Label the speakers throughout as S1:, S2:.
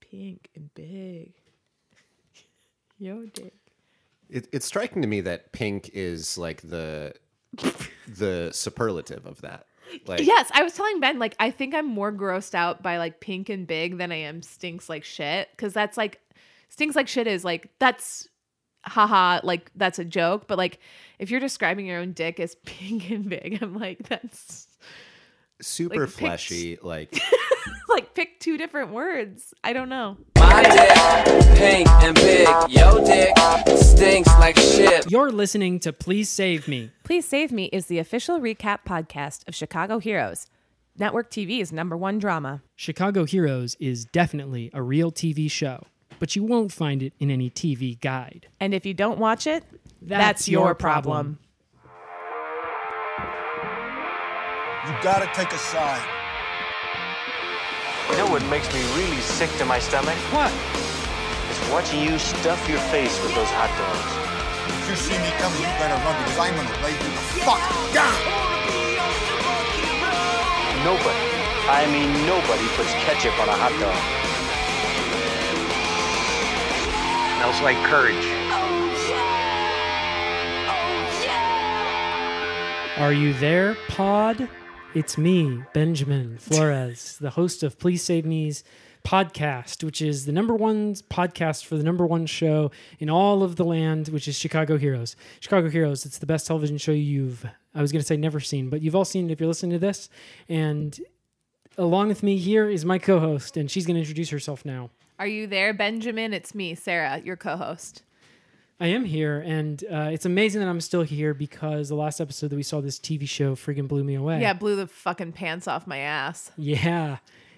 S1: pink and big. Yo, dick.
S2: It, it's striking to me that pink is like the the superlative of that. Like
S1: yes, I was telling Ben like I think I'm more grossed out by like pink and big than I am stinks like shit cuz that's like stinks like shit is like that's haha like that's a joke but like if you're describing your own dick as pink and big I'm like that's
S2: super
S1: like, picked-
S2: fleshy, like
S1: like pick two different words. I don't know.
S3: My dick, pink and big. Yo dick stinks like shit.
S4: You're listening to Please Save Me.
S5: Please Save Me is the official recap podcast of Chicago Heroes, Network TV's number one drama.
S4: Chicago Heroes is definitely a real TV show, but you won't find it in any TV guide.
S5: And if you don't watch it, that's, your, problem.
S6: You gotta take a side.
S7: You know what makes me really sick to my stomach?
S4: What?
S7: Is watching you stuff your face with those hot dogs.
S6: If you see me coming, you better run because I'm gonna lay you the fuck down.
S7: Nobody, I mean nobody, puts ketchup on a hot dog. Smells like courage.
S4: Are you there, Pod? It's me, Benjamin Flores, the host of Please Save Me's podcast, which is the number one podcast for the number one show in all of the land, which is Chicago Heroes. Chicago Heroes, it's the best television show you've, I was going to say never seen, but you've all seen it if you're listening to this. And along with me here is my co host, and she's going to introduce herself now.
S1: Are you there, Benjamin? It's me, Sarah, your co-host.
S4: I am here, and uh, it's amazing that I'm still here because the last episode that we saw this TV show friggin' blew me away.
S1: Yeah, blew the fucking pants off my ass.
S4: Yeah,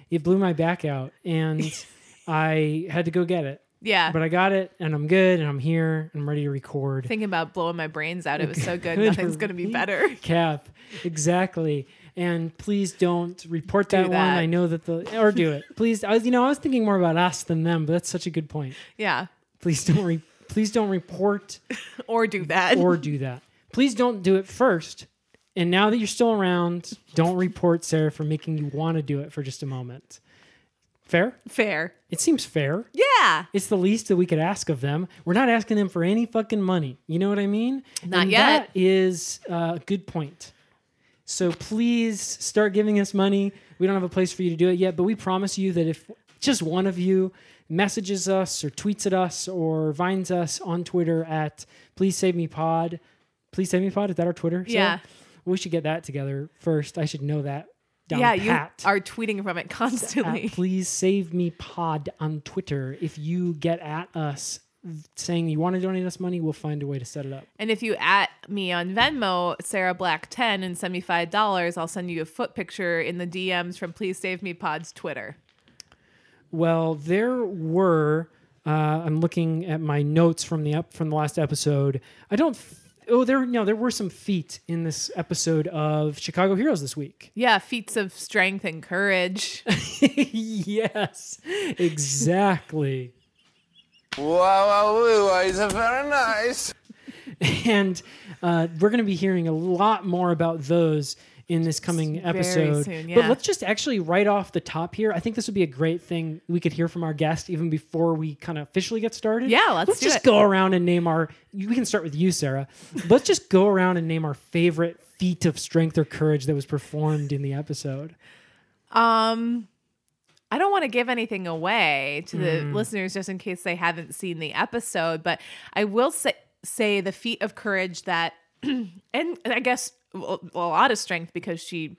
S4: it blew my back out, and I had to go get it.
S1: Yeah.
S4: But I got it, and I'm good, and I'm here, and I'm ready to record.
S1: Thinking about blowing my brains out. It was so good. Nothing's going to be better.
S4: Cap, exactly. And please don't report that, one.
S1: that.
S4: I know that the or do it. Please, I was you know I was thinking more about us than them, but that's such a good point.
S1: Yeah.
S4: Please don't re- please don't report
S1: Or do that.
S4: or do that. Please don't do it first. And now that you're still around, don't report Sarah for making you want to do it for just a moment. Fair?
S1: Fair.
S4: It seems fair.
S1: Yeah.
S4: It's the least that we could ask of them. We're not asking them for any fucking money. You know what I mean?
S1: Not
S4: And
S1: yet.
S4: That is uh, a good point. So please start giving us money. We don't have a place for you to do it yet, but we promise you that if just one of you messages us or tweets at us or vines us on Twitter at please save me pod, please save me pod. Is that our Twitter?
S1: Yeah.
S4: Sarah? We should get that together first. I should know that. Down
S1: yeah,
S4: pat
S1: you are tweeting from it
S4: at
S1: constantly.
S4: please save me pod on Twitter. If you get at us saying you want to donate us money, we'll find a way to set it up.
S1: And if you at me on Venmo, Sarah Black 10 and send me $5, I'll send you a foot picture in the DMs from Please Save Me Pod's Twitter.
S4: Well, there were. Uh, I'm looking at my notes from the up from the last episode. I don't. Th- oh, there no, there were some feet in this episode of Chicago Heroes this week.
S1: Yeah, feats of strength and courage.
S4: yes, exactly.
S3: Wow, wow, woo, wow, it's very nice.
S4: and uh, we're going to be hearing a lot more about those in this coming episode.
S1: soon,
S4: But
S1: yeah.
S4: let's just actually right off the top here. I think this would be a great thing we could hear from our guest even before we kind of officially get started.
S1: Yeah, let's do
S4: just
S1: it.
S4: go around and name our. We can start with you, Sarah. let's just go around and name our favorite feat of strength or courage that was performed in the episode.
S1: Um I don't want to give anything away to the
S4: Mm.
S1: listeners just in case they haven't seen the episode, but I will say say the feat of courage that and I guess a a lot of strength because she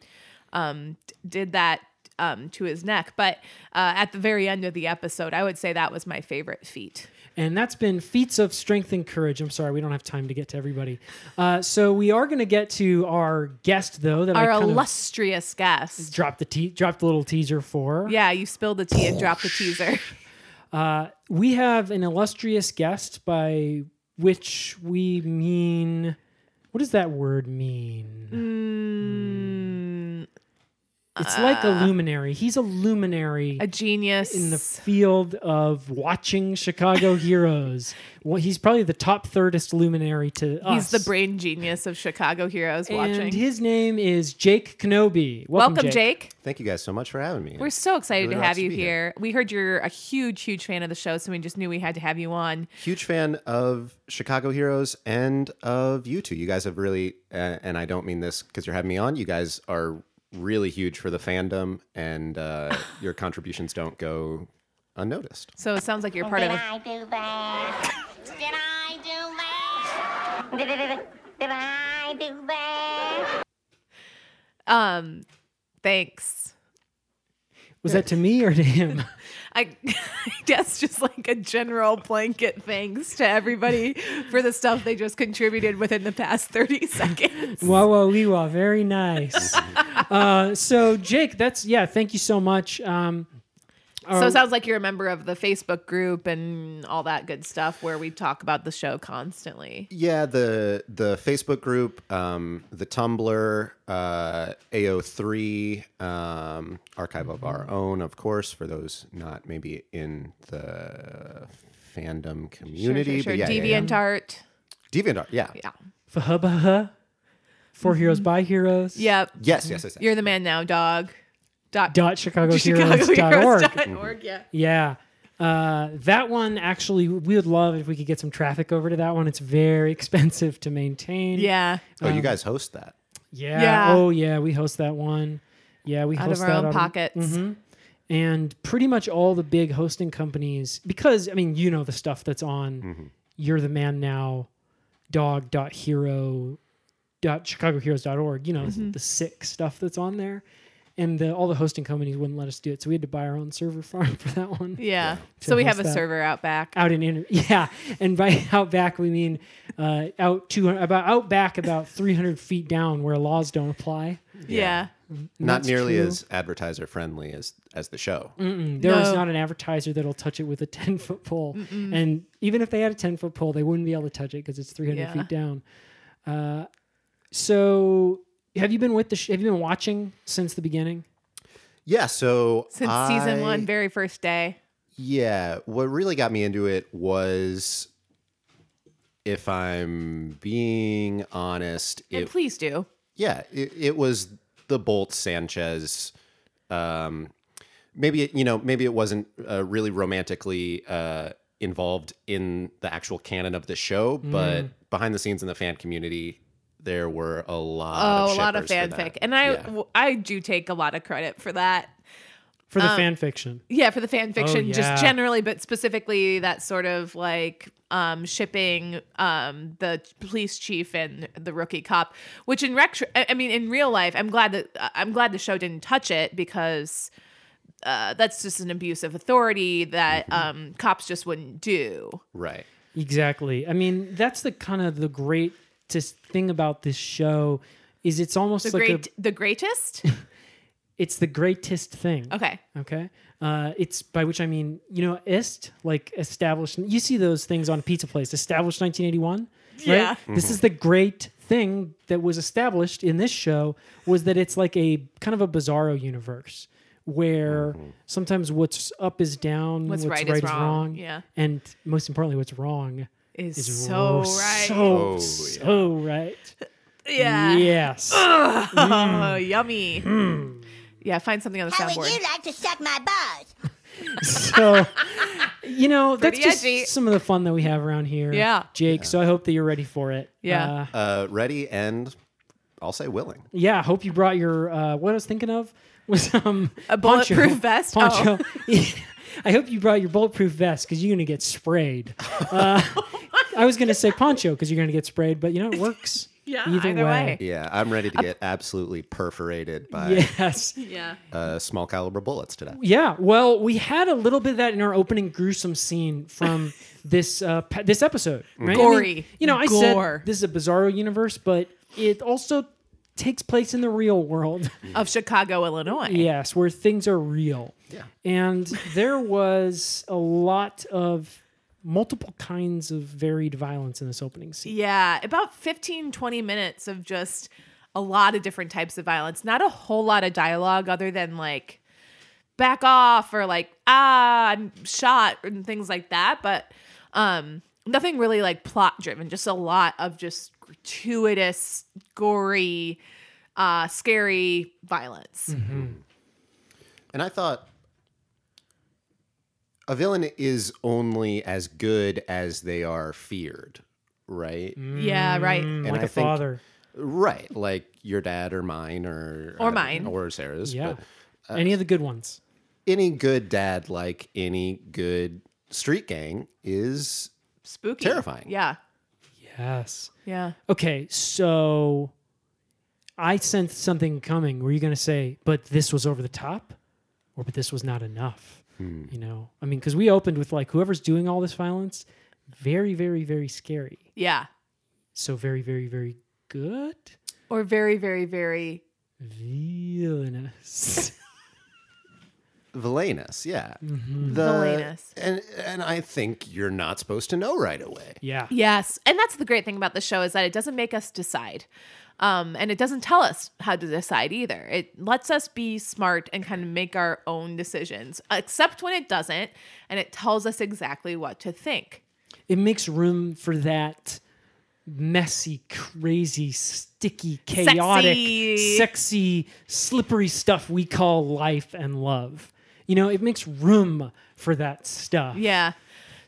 S1: um d- did that um to his neck, but uh at the very end of the episode, I would say that was my favorite feat.
S4: And that's been feats of strength and courage. I'm sorry, we don't have time to get to everybody. Uh, so we are going to get to our guest though. That
S1: Our
S4: I kind of-
S1: illustrious guest.
S4: dropped the te- dropped the little teaser for.
S1: Yeah, you spilled the tea and dropped the teaser.
S4: We have an illustrious guest by which we
S1: Mm.
S4: mean what does that word mean? It's like a
S1: Uh,
S4: luminary. He's a luminary
S1: A genius.
S4: in the field of watching Chicago heroes. Well, he's probably the top thirdest luminary to us.
S1: He's the brain genius of Chicago Heroes watching.
S4: And his name is Jake Kenobi. Welcome,
S1: Welcome, Jake.
S2: Thank you guys so much for having me.
S1: We're so excited
S2: Really
S1: to
S2: nice
S1: have
S2: to
S1: you
S2: be
S1: here.
S2: here.
S1: We heard you're a huge, huge fan of the show, so we just knew we had to have you on.
S2: huge fan of Chicago Heroes and of you two. You guys have really, uh, and I don't mean this because you're having me on. You guys are really huge for the fandom, and uh, your contributions don't go unnoticed.
S1: So it sounds like you're part of
S8: Did
S1: a
S8: I do that? Did I do that? Did, did, did, did I do that?
S1: um thanks.
S4: Was that to me or to him?
S1: I, I guess just like a general blanket thanks to everybody for the stuff they just contributed within the past 30 seconds.
S4: Wah wah wee wah. Very nice. uh, so Jake, that's yeah. Thank you so much. Um,
S1: So
S2: um,
S1: it sounds like you're a member of the Facebook group and all that good stuff where we talk about the show constantly.
S2: Yeah, the the Facebook group, um, the Tumblr, uh, AO3, um, archive of our
S1: Mm-hmm.
S2: own, of course, for those not maybe in the fandom community.
S1: sure, sure,
S2: but yeah,
S1: sure.
S2: yeah, yeah.
S1: DeviantArt.
S2: DeviantArt, yeah.
S1: Yeah.
S4: Fahubaha. For heroes
S1: Mm-hmm.
S4: by heroes.
S1: Yep.
S2: Yes, yes, yes. yes.
S1: Mm-hmm. You're the man now, dog. Dot,
S4: Dot
S1: Chicago
S4: chicagoheroes dot
S1: Heroes
S4: org.
S1: dot org, Yeah.
S4: Yeah. Uh, that one actually, we would love if we could get some traffic over to that one. It's very expensive to maintain.
S1: Yeah.
S2: oh, you guys host that.
S4: Yeah.
S1: Yeah.
S4: Oh, yeah. We host that one. Yeah, we
S1: Out
S4: host
S1: of our
S4: that
S1: own
S4: out of-
S1: pockets. Mm-hmm.
S4: and pretty much all the big hosting companies, because I mean, you know the stuff that's on. You're the man now. Dog. Dot hero. Dot chicagoheroes.org. You know the sick stuff that's on there, and the, all the hosting companies wouldn't let us do it, so we had to buy our own server farm for that one.
S1: Yeah.
S4: To
S1: So we have a
S4: host that.
S1: server out back.
S4: out in inter- yeah and by out back we mean uh, out 200 about out back about 300 feet down where laws don't apply
S1: Yeah.
S2: not
S4: that's
S2: nearly
S4: true.
S2: as advertiser friendly as as the show.
S1: Mm.
S4: There is
S1: No.
S4: not an advertiser that'll touch it with a 10 foot pole and even if they had a 10 foot pole they wouldn't be able to touch it because it's 300
S1: Yeah.
S4: feet down uh, so have you been with the sh- have you been watching since the beginning
S2: Yeah, so
S1: Since season
S2: I-
S1: one, very first day.
S2: Yeah, what really got me into it was if I'm being honest,
S1: And
S2: it
S1: please do.
S2: yeah, it, it was the Bolt Sanchez um maybe it, you know, maybe it wasn't uh, really romantically uh involved in the actual canon of the show,
S1: Mm.
S2: but behind the scenes in the fan community there were a lot
S1: Oh,
S2: of
S1: a lot of
S2: shippers for
S1: fanfic.
S2: that.
S1: And I
S2: Yeah.
S1: w- I do take a lot of credit for that.
S4: for
S1: Uh,
S4: the fan fiction
S1: Yeah, for the fan fiction,
S4: Oh, yeah.
S1: just generally, but specifically that sort of like um, shipping um, the police chief and the rookie cop, which in retro, I I mean, in real life, I'm glad that uh, I'm glad the show didn't touch it because uh, that's just an abuse of authority that
S4: Mm-hmm.
S1: um, cops just wouldn't do.
S2: right.
S4: Exactly. I mean, that's the kind of the great thing about this show is it's almost
S1: The
S4: like
S1: great,
S4: a,
S1: the greatest.
S4: it's the greatest thing.
S1: Okay,
S4: Okay. Uh, it's by which I mean, you know, est like established. You see those things on pizza place, established 1981.
S1: Yeah.
S4: Right? This is the great thing that was established in this show was that it's like a kind of a bizarro universe where sometimes what's up is down,
S1: Mm-hmm. What's right is wrong. Yeah.
S4: and most importantly, what's wrong
S1: is,
S4: is
S1: so
S4: ro-
S1: right. Oh,
S4: so
S2: yeah.
S4: so right.
S1: yeah.
S4: Yes.
S1: Oh, yummy.
S4: Hmm.
S1: Yeah, find something on the
S8: How would
S1: soundboard.
S8: you like to suck my balls?
S4: so you know that's
S1: Pretty
S4: just
S1: edgy.
S4: some of the fun that we have around here.
S1: Yeah.
S4: Jake. So I hope that you're ready for it.
S1: Yeah.
S4: Uh,
S2: uh, ready and I'll say willing.
S4: yeah. I Hope you brought your. Uh, what I was thinking of was um,
S1: A bulletproof vest? Oh.
S4: Poncho. I hope you brought your bulletproof vest because you're gonna get sprayed. Uh, I was gonna say poncho because you're gonna get sprayed, but you know it works.
S1: Yeah, either way.
S2: Yeah, I'm ready to get absolutely perforated by
S4: Yes.
S1: Yeah.
S2: uh, small caliber bullets today.
S4: Yeah, well, we had a little bit of that in our opening gruesome scene from this uh, pa- this episode.
S2: Mm.
S4: Right? I mean,
S1: Gory.
S4: you know, I
S1: Gore.
S4: said this is a bizarro universe, but it also takes place in the real world.
S1: Of Chicago, Illinois.
S4: yes, where things are real. Yeah. And there was a lot of multiple kinds of varied violence in this opening scene.
S1: Yeah, about 15, 20 minutes of just a lot of different types of violence, not a whole lot of dialogue other than like back off or like ah I'm shot and things like that, but um nothing really like plot driven, just a lot of just gratuitous, gory, uh scary violence.
S2: And I thought a villain is only as good as they are feared, right?
S1: Yeah, right.
S2: And
S4: like
S2: I
S4: a
S2: think-
S4: father.
S2: Right, like your dad or mine or
S1: Or
S2: uh,
S1: mine.
S2: or Sarah's.
S4: Yeah.
S2: But uh,
S4: Any of the good ones.
S2: any good dad, like any good street gang, is
S1: Spooky.
S2: Terrifying.
S1: Yeah.
S4: Yes.
S1: Yeah.
S4: Okay, so I sensed something coming. Were you going to say, but this was over the top? Or, but this was not enough? You know, I mean, because we opened with like whoever's doing all this violence, very, very, very scary.
S1: Yeah.
S4: So, very, very, very good.
S1: Or very, very, very
S4: Villainous.
S2: villainous. Yeah,
S1: Mm-hmm.
S2: The-
S1: villainous.
S2: And and I think you're not supposed to know right away.
S4: yeah.
S1: Yes. And that's the great thing about the show is that it doesn't make us decide. Um, and it doesn't tell us how to decide either. It lets us be smart and kind of make our own decisions, except when it doesn't. And it tells us exactly what to think.
S4: It makes room for that messy, crazy, sticky, chaotic,
S1: Sexy.
S4: sexy, slippery stuff we call life and love. You know, it makes room for that stuff.
S1: Yeah.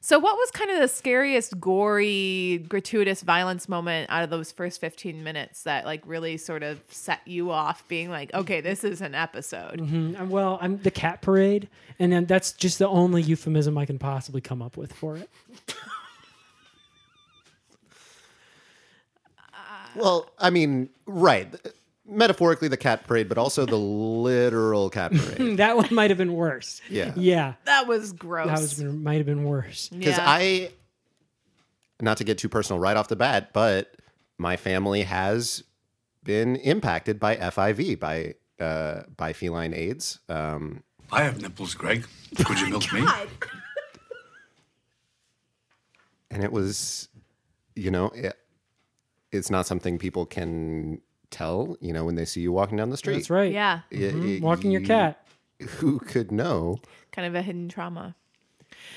S1: So, what was kind of the scariest, gory, gratuitous violence moment out of those first 15 minutes that like really sort of set you off being like, okay, this is an episode?
S4: Mm, uh, Well, I'm the cat parade, and then that's just the only euphemism I can possibly come up with for it.
S2: Well, I mean, right. Metaphorically, the cat parade, but also the literal cat parade.
S4: That one might have been worse.
S2: Yeah.
S4: Yeah.
S1: That was gross.
S4: That was might have been worse.
S2: Because
S1: Yeah.
S2: I, not to get too personal right off the bat, but my family has been impacted by FIV by uh, by feline AIDS. Um,
S9: I have nipples, Greg. Could you milk me?
S2: and it was you know it, it's not something people can tell you know when they see you walking down the street
S4: That's right. Mm-hmm.
S1: yeah.
S2: It- it-
S4: Walking your
S2: you-
S4: cat.
S2: who could know
S1: Kind of a hidden trauma.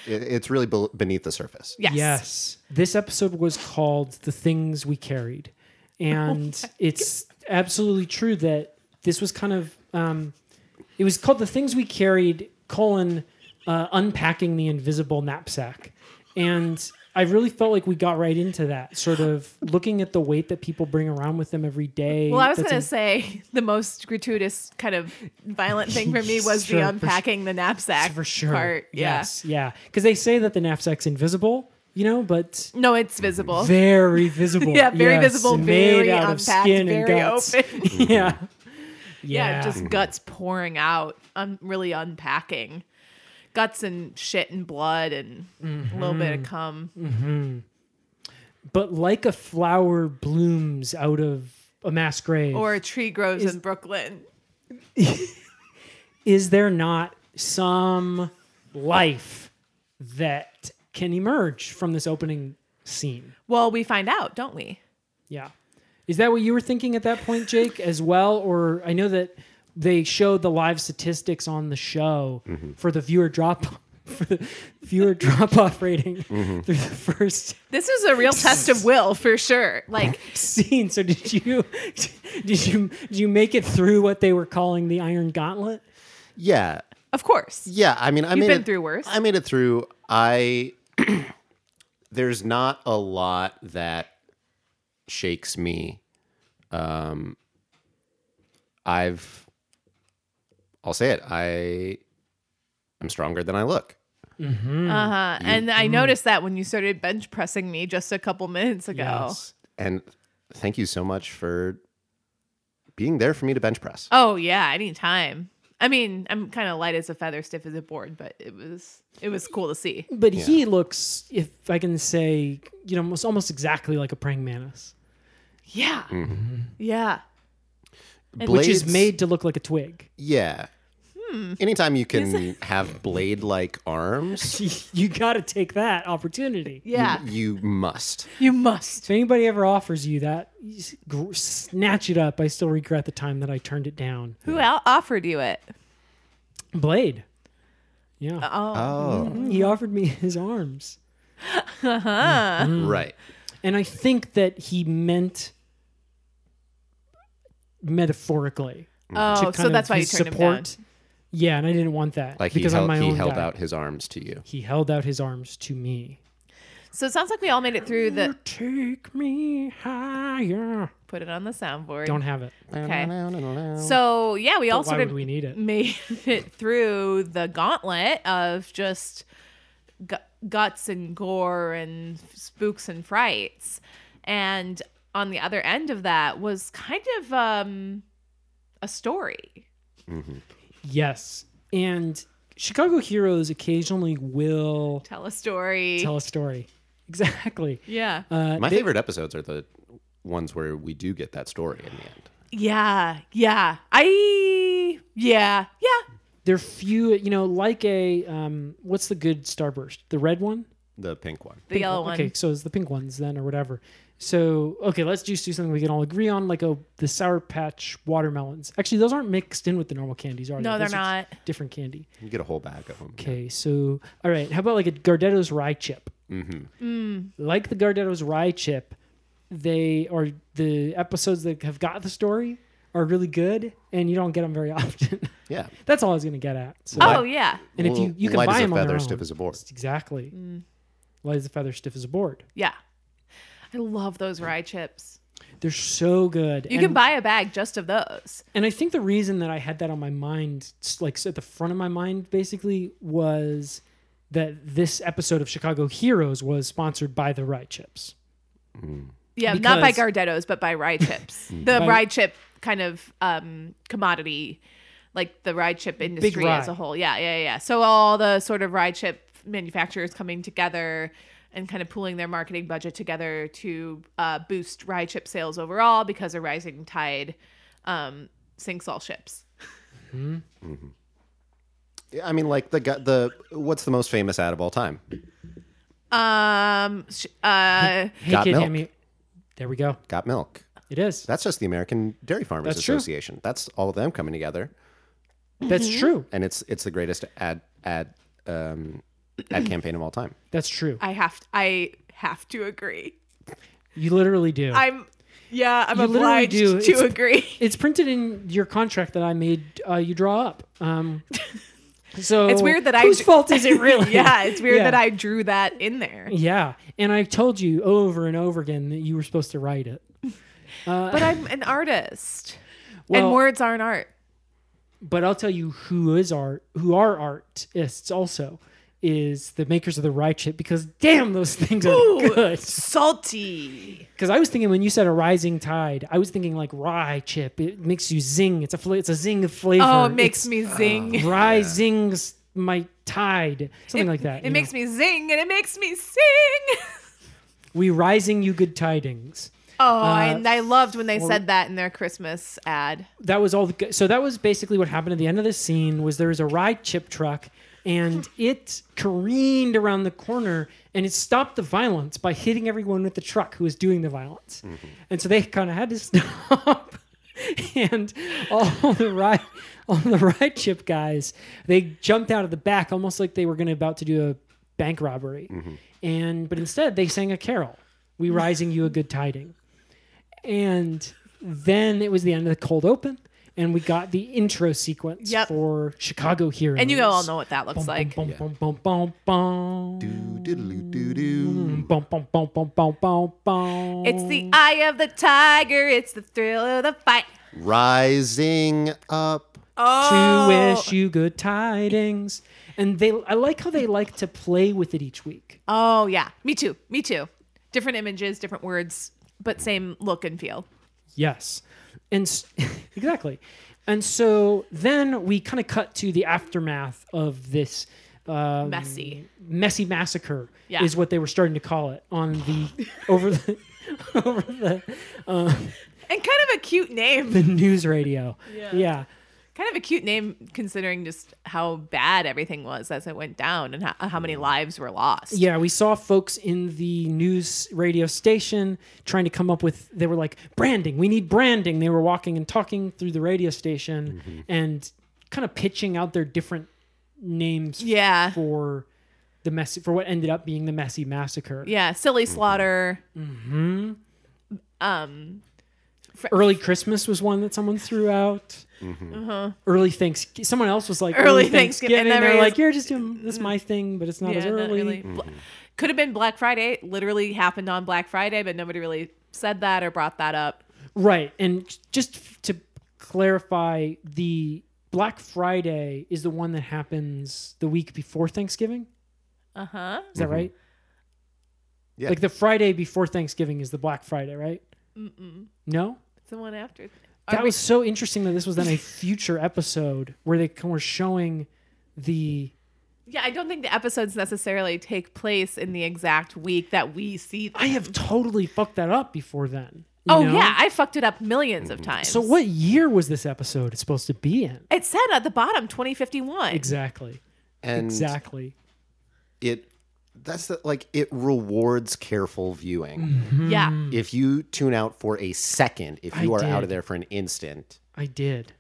S2: it, it's really bel beneath the surface
S1: Yes.
S4: Yes. This episode was called The Things We Carried. And
S1: Oh
S4: it's absolutely true that this was kind of, um, it was called The Things We Carried, colon, uh, Unpacking the Invisible Knapsack. And I really felt like we got right into that, sort of looking at the weight that people bring around with them every day.
S1: Well, I was
S4: that's
S1: going to
S4: in-
S1: say the most gratuitous kind of violent thing for me was
S4: Sure,
S1: the
S4: for
S1: unpacking the knapsack
S4: for sure.
S1: part. Yeah.
S4: Yes. Yeah. Because they say that the knapsack's invisible, you know, but
S1: No, it's visible.
S4: very visible.
S1: Oh. yeah, very
S4: Yes,
S1: visible,
S4: made
S1: very
S4: out of
S1: unpacked,
S4: skin and
S1: very
S4: guts.
S1: open.
S4: yeah. yeah,
S1: yeah. just guts pouring out. I'm really unpacking guts and shit and blood and a little
S4: Mm-hmm.
S1: bit of cum.
S4: Mm. but like a flower blooms out of a mass grave.
S1: Or a tree grows in Brooklyn.
S4: is there not some life that can emerge from this opening scene?
S1: Well, we find out, don't we?
S4: Yeah. Is that what you were thinking at that point, Jake, as well? Or I know that they showed the live statistics on the show for the viewer drop for the viewer drop off rating through the first
S1: This is a real test of will for sure. Like,
S4: scene. So did you did you did you make it through what they were calling the Iron Gauntlet?
S2: yeah
S1: of course.
S2: yeah i mean i made
S1: been
S2: it,
S1: through worse.
S2: i made it through i there's not a lot that shakes me um i've i'll say it i i'm stronger than i look
S1: Uh huh. And
S4: mm.
S1: I noticed that when you started bench pressing me just a couple minutes ago.
S2: and thank you so much for being there for me to bench press.
S1: Oh yeah, anytime. I mean, I'm kind of light as a feather, stiff as a board, but it was it was cool to see.
S4: But he looks, if I can say, you know, almost, almost exactly like a praying mantis,
S1: Yeah.
S4: Mm-hmm.
S1: Yeah.
S4: which is made to look like a twig.
S2: Yeah,
S1: Hmm.
S2: Anytime you can have blade like arms,
S4: you got to take that opportunity.
S1: Yeah.
S2: you must.
S1: You must.
S4: If anybody ever offers you that, you s- gr- snatch it up. I still regret the time that I turned it down.
S1: Who out- offered you it?
S4: Blade. Yeah.
S2: Oh,
S4: he offered me his arms.
S1: Mm-hmm.
S2: right.
S4: And I think that he meant metaphorically.
S1: Oh, so
S4: Mm. kind
S1: that's
S4: of
S1: why you
S4: his
S1: turned him down.
S4: Yeah, and I didn't want that.
S2: Like
S4: because
S2: he held,
S4: I'm my
S2: he
S4: own
S2: held
S4: guy.
S2: out his arms to you.
S4: He held out his arms to me.
S1: So it sounds like we all made it through the.
S4: Take me higher.
S1: Put it on the soundboard.
S4: Don't have it.
S1: Okay. So yeah, we all
S4: Why
S1: sort of
S4: would we need it?
S1: made it through the gauntlet of just gu- guts and gore and spooks and frights. And on the other end of that was kind of um, a story.
S4: Yes. And Chicago heroes occasionally will
S1: Tell a story.
S4: tell a Uh, story. Exactly.
S1: yeah.
S2: My favorite episodes are the ones where we do get that story in the end.
S1: yeah. Yeah. I. Yeah. Yeah.
S4: They're few, you know, like a um, what's the good starburst? The red one?
S2: The pink one.
S1: The yellow one.
S4: Okay, so it's the pink ones then, or whatever. So okay, let's just do something we can all agree on, like a the sour patch watermelons. Actually, those aren't mixed in with the normal candies, are they?
S1: No, they're
S4: Those are
S1: not.
S4: Different candy.
S2: You get a whole bag of them.
S4: Okay, so all right, how about like a Gardetto's rye chip?
S1: Mm.
S4: Mm-hmm. Like the Gardetto's rye chip, they are the episodes that have got the story are really good, and you don't get them very often.
S2: Yeah.
S4: That's all I was gonna get at. So,
S1: Oh, yeah.
S4: and if you you can
S2: light
S4: buy
S2: as a
S4: them on
S2: feather,
S4: their
S2: stiff
S4: own.
S2: as a board.
S4: Exactly.
S1: Mm.
S4: Light as a feather, stiff as a board.
S1: Yeah. I love those rye chips.
S4: They're so good.
S1: You
S4: and,
S1: can buy a bag just of those.
S4: And I think the reason that I had that on my mind, s- like s- at the front of my mind, basically, was that this episode of Chicago Heroes was sponsored by the Right Chips.
S1: Yeah, not by
S4: Because- Mm.
S1: Gardettos, but by rye chips. the
S4: By-
S1: rye chip kind of um, commodity, like the rye chip industry as
S4: rye.
S1: a whole. Yeah, yeah, yeah. So all the sort of rye chip manufacturers coming together and kind of pooling their marketing budget together to uh, boost rye chip sales overall because a rising tide um, sinks all ships.
S2: I mean, like the gu- the what's the most famous ad of all time?
S1: Um, sh- uh,
S4: Hey,
S2: Got
S4: kid,
S2: milk.
S4: hand me- There we go.
S2: Got milk.
S4: It is.
S2: That's just the American Dairy Farmers
S4: That's true.
S2: Association. That's all of them coming together,
S4: That's
S1: Mhm.
S4: true.
S2: and it's it's the greatest ad ad um, ad campaign of all time.
S4: That's true.
S1: I have I have to agree.
S4: You literally do.
S1: I'm yeah, I'm
S4: You literally
S1: obliged
S4: do.
S1: to
S4: It's-
S1: agree.
S4: it's printed in your contract that I made uh, you draw up. Um, so
S1: It's weird that I
S4: Oh, whose
S1: dr-
S4: fault is it really?
S1: yeah, it's weird
S4: Yeah.
S1: that I drew that in there.
S4: Yeah, and I told you over and over again that you were supposed to write it.
S1: But I'm an artist,
S4: Well-
S1: and words aren't art.
S4: but I'll tell you who is art, who are artists also, is the makers of the rye chip because damn, those things are good.
S1: Salty.
S4: Because I was thinking when you said a rising tide, I was thinking like rye chip. It makes you zing. It's a fla- it's a zing of flavor.
S1: Oh, it makes
S4: It's uh,
S1: me zing.
S4: rye zings my tide, something like that.
S1: It makes me zing, and it makes me sing.
S4: we rising you good tidings.
S1: Oh,
S4: Uh,
S1: and I loved when they said that in their Christmas ad.
S4: that was all the good. So that was basically what happened at the end of this scene was there was a ride chip truck and it careened around the corner and it stopped the violence by hitting everyone with the truck who was doing the violence. And so they kind of had to stop. and all the ride all the ride chip guys, they jumped out of the back almost like they were going to about to do a bank robbery. And but instead they sang a carol. We rising you a good tiding and then it was the end of the cold open and we got the intro sequence
S1: Yep.
S4: for chicago heroes
S1: And you all know what that looks like.
S4: bum, bum, bum, bum, bum,
S2: Doo-doodle-doo-doo.
S4: bum, bum, bum, bum, bum, bum, bum.
S1: It's the eye of the tiger. It's the thrill of the fight.
S2: Rising up.
S4: to wish you good tidings and they i like how they like to play with it each week
S1: Oh yeah, me too. Me too. Different images, different words, but same look and feel.
S4: Yes. And s- exactly. And so then we kind of cut to the aftermath of this um,
S1: Messy.
S4: messy massacre
S1: Yeah.
S4: is what they were starting to call it on the over the over the Mm.
S1: And kind of a cute name.
S4: the news radio. Yeah.
S1: Kind of a cute name considering just how bad everything was as it went down and how, how many lives were lost.
S4: Yeah, we saw folks in the news radio station trying to come up with. They were like, "Branding, we need branding." They were walking and talking through the radio station and kind of pitching out their different names.
S1: Yeah.
S4: for the messy for what ended up being the messy massacre.
S1: Yeah, silly slaughter.
S4: Early Christmas was one that someone threw out. Early Thanksgiving. Someone else was like,
S1: Uh-huh. Early
S4: "Early,
S1: Thanksgiving,
S4: Thanksgiving."
S1: and
S4: They're
S1: everybody's-
S4: like, "You're just doing this is my thing, but it's not
S1: Yeah,
S4: as
S1: not
S4: early."
S1: really. Could have been Black Friday. It Literally happened on Black Friday, but nobody really said that or brought that up.
S4: Right. And just f- to clarify, the Black Friday is the one that happens the week before Thanksgiving.
S1: Uh huh.
S4: Is that right?
S2: Mm-hmm. Yeah.
S4: Like the Friday before Thanksgiving is the Black Friday, right? Mm-mm. No?
S1: Someone after.
S4: That was so interesting that this was then a future episode where they were showing the.
S1: Yeah, I don't think the episodes necessarily take place in the exact week that we see. Them.
S4: I have totally fucked that up before then. you
S1: oh
S4: know?
S1: yeah, I fucked it up millions of times.
S4: So what year was this episode supposed to be in?
S1: It said at the bottom, 2051.
S4: Exactly.
S2: and
S4: Exactly.
S2: it that's the, like it rewards careful viewing.
S1: Mm-hmm. Yeah.
S2: If you tune out for a second, if
S4: I
S2: you are out of
S4: did.
S2: there for an instant,
S4: I did.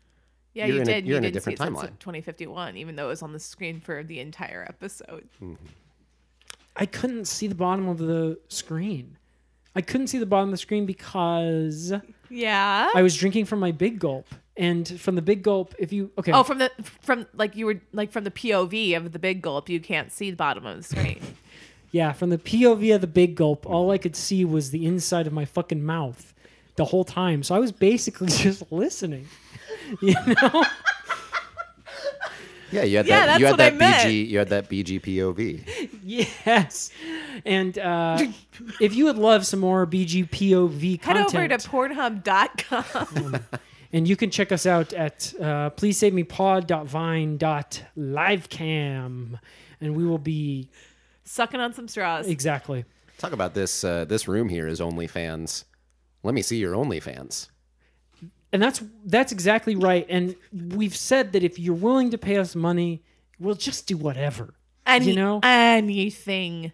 S1: Yeah,
S2: You're
S1: you
S2: in a-
S1: did.
S2: you're
S1: you
S2: in a
S1: did
S2: different
S1: see it since
S2: timeline.
S1: 2051, even though it was on the screen for the entire episode.
S2: Hmm.
S4: I couldn't see the bottom of the screen. I couldn't see the bottom of the screen because
S1: Yeah.
S4: I was drinking from my big gulp. And from the big gulp, if you okay,
S1: Oh, from the from like you were like from the POV of the big gulp, you can't see the bottom of the screen.
S4: yeah, from the POV of the big gulp, all I could see was the inside of my fucking mouth the whole time. So I was basically just listening. You know?
S2: yeah, you had
S1: Yeah,
S2: that.
S1: that's
S2: You had
S1: what I
S2: that
S1: meant.
S2: BG. You had that BG POV.
S4: yes. And uh, if you would love some more BGPOV
S1: Head
S4: content,
S1: over to Pornhub.com.
S4: And you can check us out at uh, please save me pod.vine.livecam. And we will be
S1: Sucking on some straws.
S4: exactly.
S2: Talk about this. Uh, this room here is OnlyFans. Let me see your OnlyFans.
S4: And that's that's exactly right. And we've said that if you're willing to pay us money, we'll just do whatever.
S1: Any,
S4: you know?
S1: anything.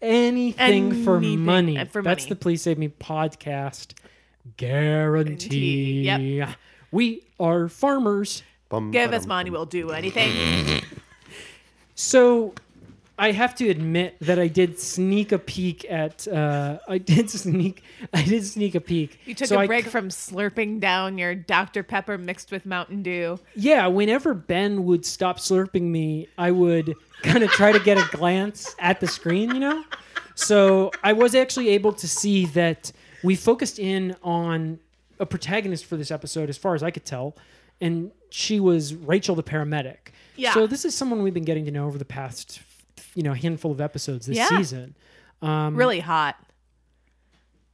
S4: Anything, for
S1: Anything
S4: money.
S1: for
S4: That's
S1: money.
S4: the Please Save Me podcast guarantee.
S1: Guarantee,
S4: We are farmers.
S2: Bum,
S1: Give us
S2: ba-dum.
S1: money, we'll do anything.
S4: So I have to admit that I did sneak a peek at uh, I did sneak I did sneak a peek.
S1: You took
S4: So
S1: a
S4: I
S1: break
S4: c-
S1: from slurping down your Dr. Pepper mixed with Mountain Dew.
S4: yeah, whenever Ben would stop slurping me, I would kind of try to get a glance at the screen, you know? So I was actually able to see that we focused in on a protagonist for this episode, as far as I could tell, and she was Rachel the paramedic.
S1: Yeah.
S4: So this is someone we've been getting to know over the past, you know, handful of episodes this
S1: Yeah.
S4: season. Um,
S1: really hot.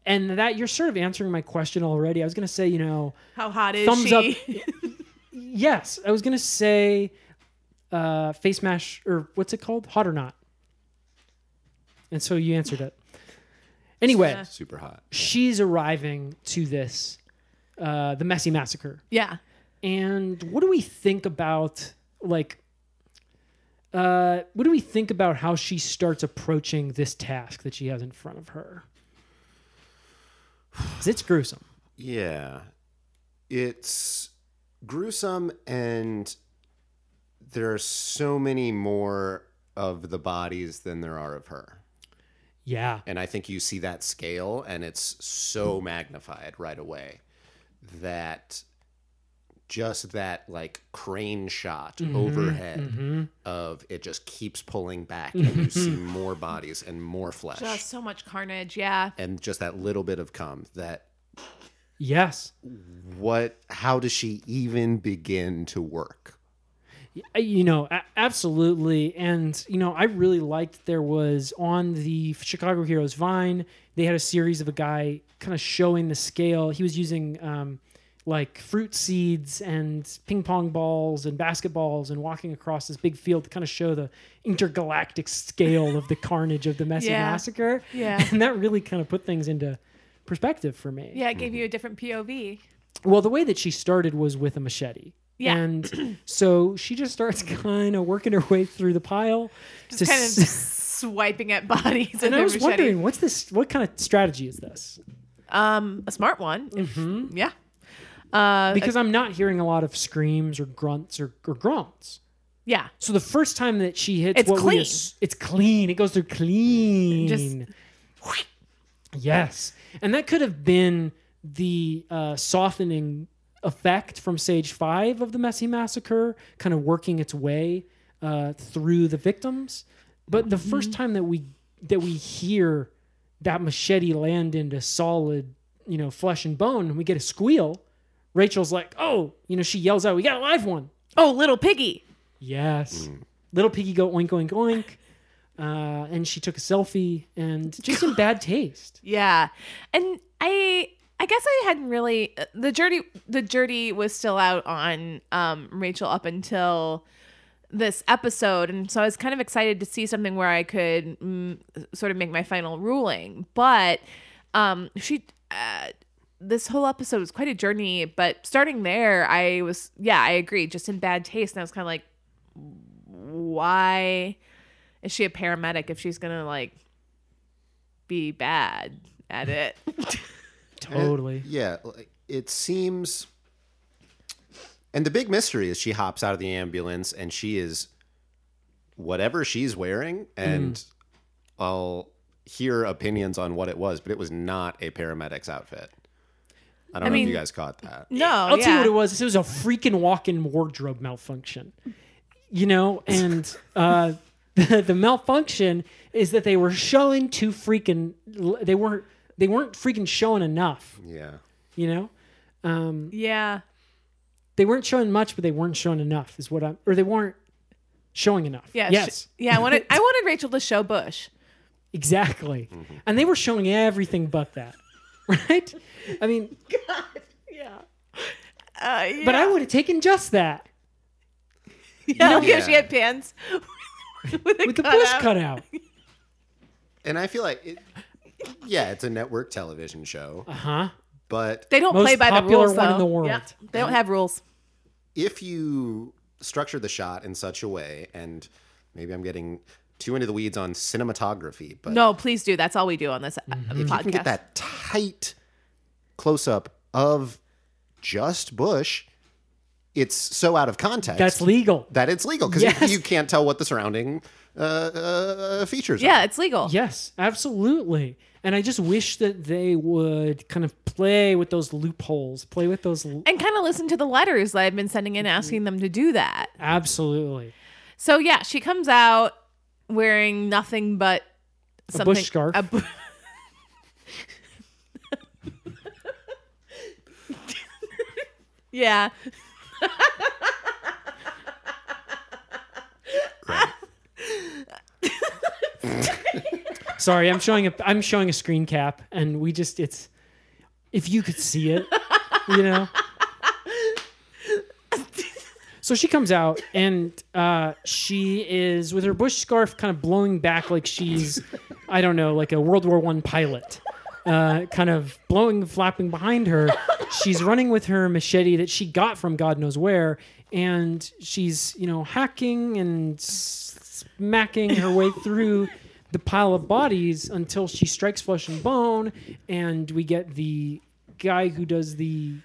S4: and that you're sort of answering my question already. I was going to say, you know,
S1: How hot is
S4: thumbs
S1: she?
S4: up. yes, I was going to say uh, face mash or what's it called? Hot or not. And so you answered it. Anyway,
S2: Super hot.
S4: she's arriving to this uh, the messy massacre.
S1: yeah.
S4: And what do we think about like uh, what do we think about how she starts approaching this task that she has in front of her? 'Cause It's gruesome.
S2: Yeah. It's gruesome and there are so many more of the bodies than there are of her.
S4: Yeah.
S2: And I think you see that scale and it's so magnified right away that just that like crane shot overhead of it just keeps pulling back and you see more bodies and more flesh
S1: Just so much carnage. Yeah.
S2: and just that little bit of cum that
S4: Yes.
S2: what how does she even begin to work
S4: I- You know, a- absolutely. And, you know, I really liked there was on the Chicago Heroes Vine, they had a series of a guy kind of showing the scale. He was using um, like fruit seeds and ping pong balls and basketballs and walking across this big field to kind of show the intergalactic scale of the carnage of the Messy
S1: Yeah.
S4: Massacre.
S1: Yeah.
S4: And that really kind of put things into perspective for me.
S2: Mm-hmm.
S1: Yeah, it gave you a different POV.
S4: Well, the way that she started was with a machete.
S1: Yeah.
S4: And so she just starts kind of working her way through the pile. to
S1: kind of
S4: s-
S1: swiping at bodies. with
S4: and I
S1: their
S4: was
S1: machete.
S4: wondering, what's this? What kind of strategy is this?
S1: um, a smart one. if- Yeah. Uh,
S4: Because I'm not hearing a lot of screams or grunts or, or grunts.
S1: yeah.
S4: So the first time that she hits,
S1: It's
S4: what we
S1: clean.
S4: ass- it's clean. It goes through clean. yes, and that could have been the uh, softening effect from Sage Five of the Messy Massacre, kind of working its way uh, through the victims. But the
S1: Mm-hmm.
S4: first time that we that we hear that machete land into solid, you know, flesh and bone, and we get a squeal. Rachel's like, "Oh, you know," she yells out, "We got a live one!"
S1: Oh, little piggy.
S4: Yes. Little piggy go oink oink oink. Uh, and she took a selfie and just in bad taste.
S1: Yeah. And I I guess I hadn't really uh, the journey the journey was still out on um Rachel up until this episode and so I was kind of excited to see something where I could mm, sort of make my final ruling. But um she uh, this whole episode was quite a journey, but starting there, I was yeah, I agree, just in bad taste and I was kind of like why is she a paramedic if she's going to like be bad at it.
S4: Totally.
S2: Yeah, like, it seems. And the big mystery is she hops out of the ambulance and she is whatever she's wearing. And I'll hear opinions on what it was, but it was not a paramedic's outfit. I don't know if you guys caught that.
S1: no,
S4: I'll tell you what it was. It was a freaking walk-in wardrobe malfunction. You know, and uh, the, the malfunction is that they were showing too freaking. They weren't. They weren't freaking showing enough.
S2: Yeah.
S4: You know,
S1: Yeah.
S4: they weren't showing much, but they weren't showing enough. Is what I'm, or they weren't showing enough.
S1: Yeah. sh-
S4: Yes.
S1: yeah. I wanted I wanted Rachel to show Bush.
S4: Exactly. And they were showing everything but that. Right? I mean,
S1: Uh, yeah.
S4: but I would have taken just that
S1: yeah, okay,
S2: Yeah.
S1: she had pants with, a
S4: with the
S1: cut
S4: bush
S1: out.
S4: cut out.
S2: And I feel like, it, yeah, it's a network television show,
S4: Uh huh.
S2: but
S1: They don't
S4: Most
S1: play by the
S4: popular
S1: rules.
S4: one in
S1: though.
S4: the world.
S1: Yeah, they don't have rules.
S2: if you structure the shot in such a way, and maybe I'm getting too into the weeds on cinematography, but
S1: No, please do. That's all we do on this uh,
S2: if you can
S1: podcast.
S2: get that tight close up of just Bush, it's so out of context
S4: That's legal.
S2: that it's legal because
S4: Yes.
S2: you, can't tell what the surrounding uh, uh, features
S1: Yeah,
S2: are.
S1: it's legal.
S4: Yes, absolutely. And I just wish that they would kind of play with those loopholes, play with those. l-
S1: And kind of listen to the letters that I've been sending in asking them to do that.
S4: Absolutely.
S1: So yeah, she comes out wearing nothing but something,
S4: bush scarf.
S1: a bu- yeah,
S4: Sorry, I'm showing a I'm showing a screen cap, and we just it's if you could see it, you know. So she comes out and uh, she is with her bush scarf kind of blowing back like she's, I don't know, like a World War One pilot, uh, kind of blowing, flapping behind her. She's running with her machete that she got from God knows where, and she's you know hacking and s- smacking her way through the pile of bodies until she strikes flesh and bone, and we get the guy who does the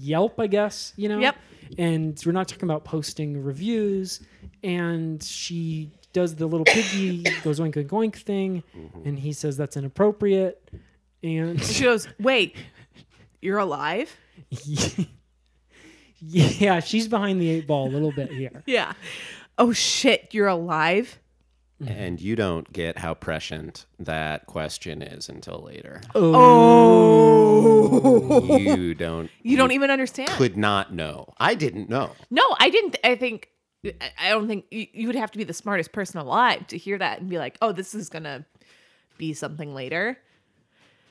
S4: Yelp, I guess, you know?
S1: Yep.
S4: And we're not talking about posting reviews. And she does the little piggy goes oink oink oink thing. And he says that's inappropriate. And
S1: she goes, "Wait, you're alive?"
S4: yeah, she's behind the eight ball a little bit here.
S1: Yeah. Oh shit, you're alive.
S2: And you don't get how prescient that question is until later. Oh. You don't.
S1: You don't even understand.
S2: Could not know. I didn't know.
S1: No, I didn't. I think I- I don't think you, you would have to be the smartest person alive to hear that and be like, "Oh, this is gonna be something later."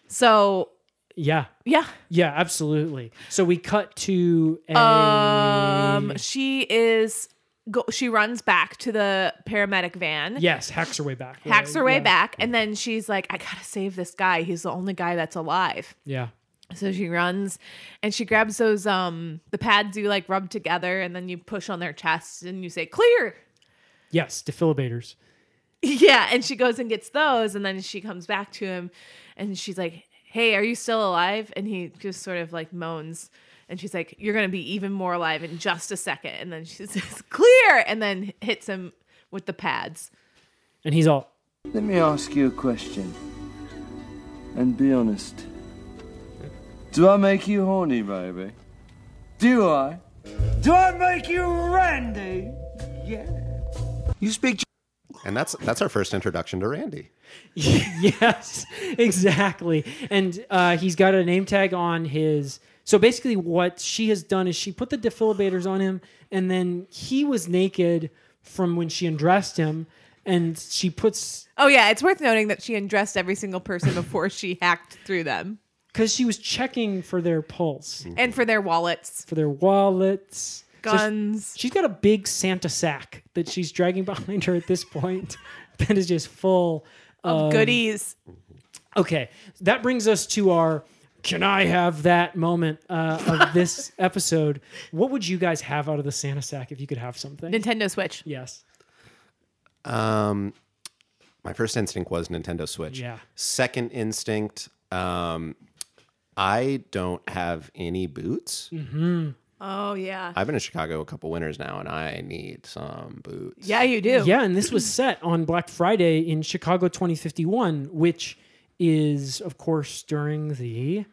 S1: So
S4: Yeah.
S1: yeah,
S4: Yeah, absolutely. So we cut to a
S1: um, she is. Go, she runs back to the paramedic van.
S4: Yes, hacks her way back.
S1: Hacks her
S4: Right,
S1: way
S4: yeah,
S1: back, and then she's like, "I gotta save this guy. He's the only guy that's alive."
S4: Yeah.
S1: So she runs and she grabs those um the pads you like rub together and then you push on their chest and you say clear.
S4: Yes, defilibators.
S1: Yeah, and she goes and gets those and then she comes back to him and she's like, "Hey, are you still alive?" And he just sort of like moans and she's like, "You're going to be even more alive in just a second. And then she says, "Clear." And then hits him with the pads.
S4: And he's all,
S10: Let me ask you a question. And be honest. Do I make you horny, baby? Do I? Do I make you randy?
S6: You speak
S2: And that's that's our first introduction to Randy.
S4: yes, exactly. And uh, he's got a name tag on his. So basically, what she has done is she put the defilibators on him, and then he was naked from when she undressed him, and she puts
S1: Oh yeah, it's worth noting that she undressed every single person before she hacked through them
S4: because she was checking for their pulse,
S1: and for their wallets,
S4: for their wallets. So she-
S1: guns.
S4: she's got a big Santa sack that she's dragging behind her at this point that is just full
S1: of goodies.
S4: Okay, that brings us to our "Can I have that?" moment uh, of this episode. What would you guys have out of the Santa sack if you could have something?
S1: Nintendo Switch.
S4: yes,
S2: Um, my first instinct was Nintendo Switch.
S4: Yeah.
S2: Second instinct, um, I don't have any boots.
S1: Oh yeah.
S2: I've been in Chicago a couple winters now, and I need some boots.
S1: Yeah, you do.
S4: yeah, and this was set on Black Friday in Chicago 2051, which is, of course, during the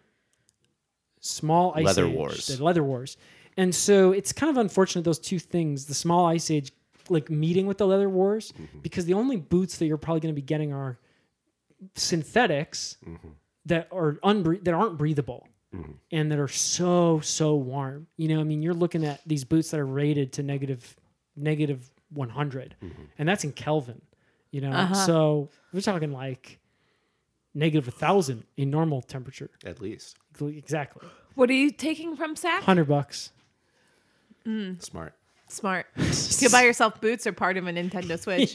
S4: small ice
S2: Leather
S4: age,
S2: Wars.
S4: the leather wars, and so it's kind of unfortunate those two things, the small ice age, like meeting with the leather wars,
S2: Mm-hmm.
S4: because the only boots that you're probably going to be getting are synthetics.
S2: Mm-hmm.
S4: that are unbre- that aren't breathable and that are so so warm. You know, I mean, you're looking at these boots that are rated to negative negative 100,
S2: Mm-hmm.
S4: and that's in Kelvin. You know, so we're talking like negative a thousand in normal temperature.
S2: At least
S4: Exactly,
S1: What are you taking from Sack?
S4: hundred bucks.
S2: smart.
S1: Smart. you buy yourself boots or part of a Nintendo Switch.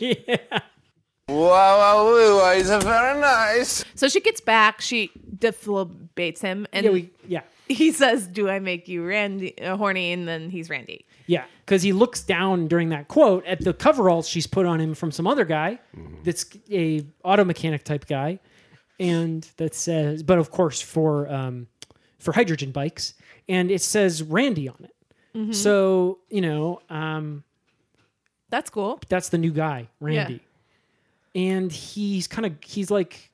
S10: Wow, wow, woo, wow, it's a very nice.
S1: so she gets back, she deflabates him, and
S4: Yeah, we yeah.
S1: he says, "Do I make you Randy uh, horny?" And then he's Randy.
S4: Yeah, because he looks down during that quote at the coveralls she's put on him from some other guy, that's a auto mechanic type guy, and that says, but of course for um, for hydrogen bikes, and it says Randy on it.
S1: Mm-hmm.
S4: So you know um,
S1: That's cool.
S4: that's the new guy, Randy, and he's kind of he's like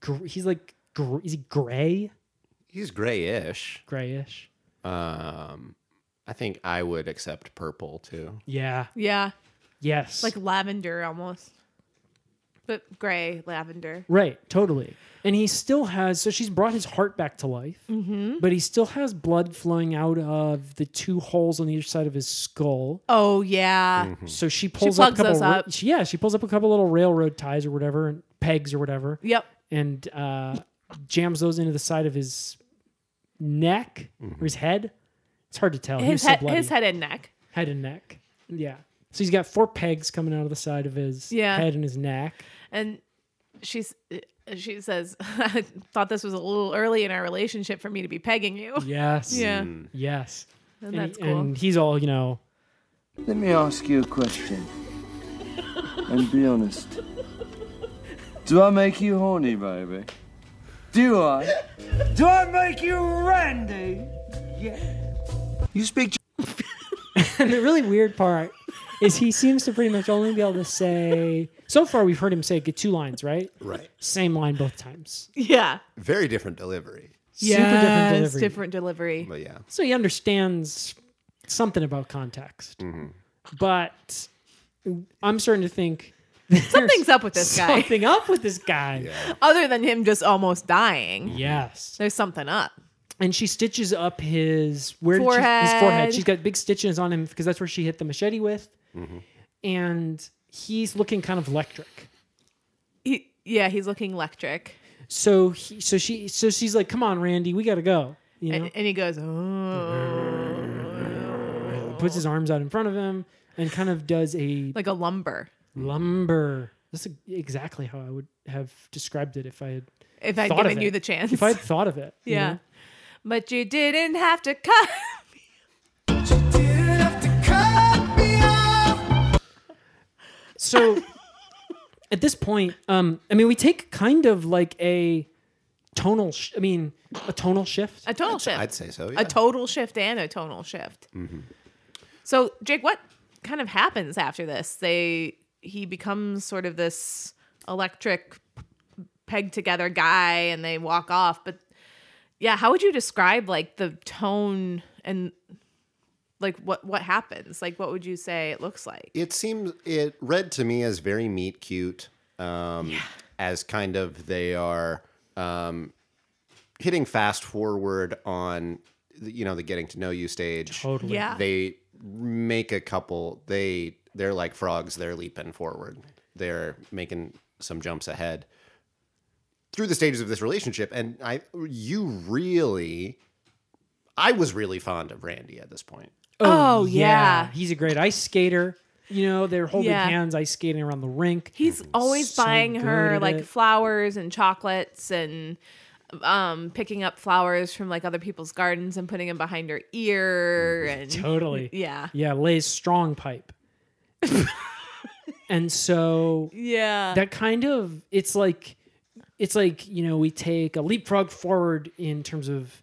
S4: gr- he's like gr- is he gray
S2: He's grayish.
S4: grayish?
S2: Um, I think I would accept purple too.
S4: Yeah.
S1: Yeah,
S4: Yes.
S1: like lavender almost, but gray lavender.
S4: Right, totally. And he still has, so she's brought his heart back to life,
S1: Mm-hmm.
S4: but he still has blood flowing out of the two holes on either side of his skull.
S1: Oh yeah,
S4: So she pulls up a
S1: plugs
S4: couple,
S1: those
S4: ra-
S1: up.
S4: she- yeah, she pulls up a couple little railroad ties or whatever, and pegs or whatever,
S1: yep.
S4: and uh, jams those into the side of his neck or his head. It's hard to tell. He was
S1: His
S4: so
S1: head,
S4: bloody.
S1: his head and neck.
S4: head and neck. Yeah. So he's got four pegs coming out of the side of his
S1: Yeah.
S4: head and his neck.
S1: and she's uh, she says i thought this was a little early in our relationship for me to be pegging you
S4: Yes.
S1: yeah
S4: Yes.
S1: and
S4: hmm. And,
S1: that's
S4: he-
S1: cool
S4: and he's all, you know,
S10: Let me ask you a question. and be honest. Do I make you horny, baby? Do I? Do I make you randy?
S6: You speak
S4: And the really weird part is he seems to pretty much only be able to say. So far, we've heard him say get two lines, right?
S2: Right.
S4: Same line both times.
S1: yeah
S2: Very different delivery.
S4: Super
S1: Yes,
S4: different delivery.
S1: different delivery
S2: But yeah,
S4: So he understands something about context, but I'm starting to think there's
S1: something's up with this guy
S4: Something up with this guy.
S1: other than him just almost dying
S4: Yes.
S1: there's something up
S4: and she stitches up his where did she- his
S1: Forehead.
S4: forehead. She's got big stitches on him because that's where she hit the machete with, and he's looking kind of electric.
S1: he, yeah he's looking electric
S4: So he, so she, so she's like, "Come on, Randy, we gotta go." You know,
S1: and, and he goes oh
S4: puts his arms out in front of him and kind of does a
S1: like a lumber
S4: lumber. That's e, exactly how I would have described it if I had
S1: If I'd
S4: thought of
S1: given you
S4: it.
S1: the chance.
S4: If I had thought of it. you
S1: yeah.
S4: know?
S1: But you didn't have to cut.
S4: So at this point, um, I mean, we take kind of like a tonal. Sh- I mean, a tonal shift.
S1: A total shift.
S2: I'd say so. Yeah.
S1: a total shift and a tonal shift. So, Jake, what kind of happens after this? They he becomes sort of this electric pegged together guy, and they walk off. But yeah, how would you describe like the tone and like what what happens? Like, what would you say it looks like?
S2: it seems it read to me as very meat cute um as kind of they are um hitting fast forward on the, you know the getting to know you stage
S4: Totally.
S1: Yeah.
S2: they make a couple they they're like frogs they're leaping forward they're making some jumps ahead through the stages of this relationship and i you really i was really fond of randy at this point
S1: Oh, yeah.
S4: He's a great ice skater. You know, they're holding
S1: Yeah.
S4: hands, ice skating around the rink.
S1: He's always
S4: So
S1: buying
S4: good
S1: her
S4: at
S1: like
S4: it.
S1: flowers and chocolates and um picking up flowers from like other people's gardens and putting them behind her ear and
S4: Totally.
S1: yeah.
S4: Yeah, lays strong pipe. and so
S1: Yeah.
S4: that kind of it's like it's like you know we take a leapfrog forward in terms of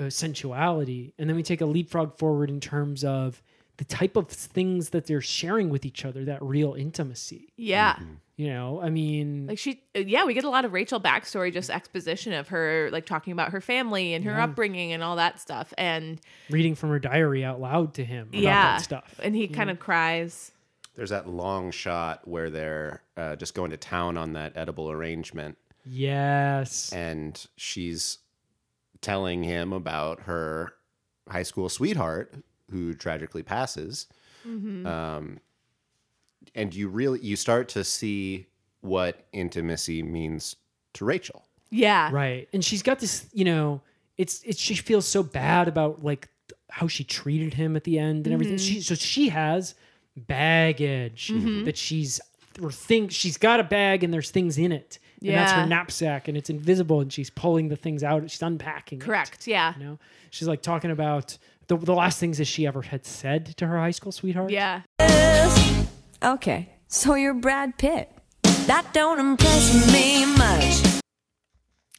S4: uh, sensuality and then we take a leapfrog forward in terms of the type of things that they're sharing with each other that real intimacy
S1: yeah.
S4: you know i mean
S1: Like she yeah, we get a lot of Rachel backstory just exposition of her like talking about her family and her upbringing and all that stuff and
S4: reading from her diary out loud to him about
S1: yeah.
S4: that stuff
S1: And he kind of cries.
S2: There's that long shot where they're uh, just going to town on that edible arrangement,
S4: yes
S2: and she's telling him about her high school sweetheart who tragically passes. Um, and you really you start to see what intimacy means to Rachel.
S1: Yeah.
S4: right and she's got this you know it's it's she feels so bad about like th- how she treated him at the end and everything
S1: Mm-hmm.
S4: she so she has baggage that she's or think she's got a bag and there's things in it and that's her
S1: Yeah.
S4: knapsack and it's invisible and she's pulling the things out she's unpacking it,
S1: Correct. Yeah.
S4: you know she's like talking about the, the last things that she ever had said to her high school sweetheart
S1: Yeah.
S5: Okay, so you're Brad Pitt. That don't impress me much.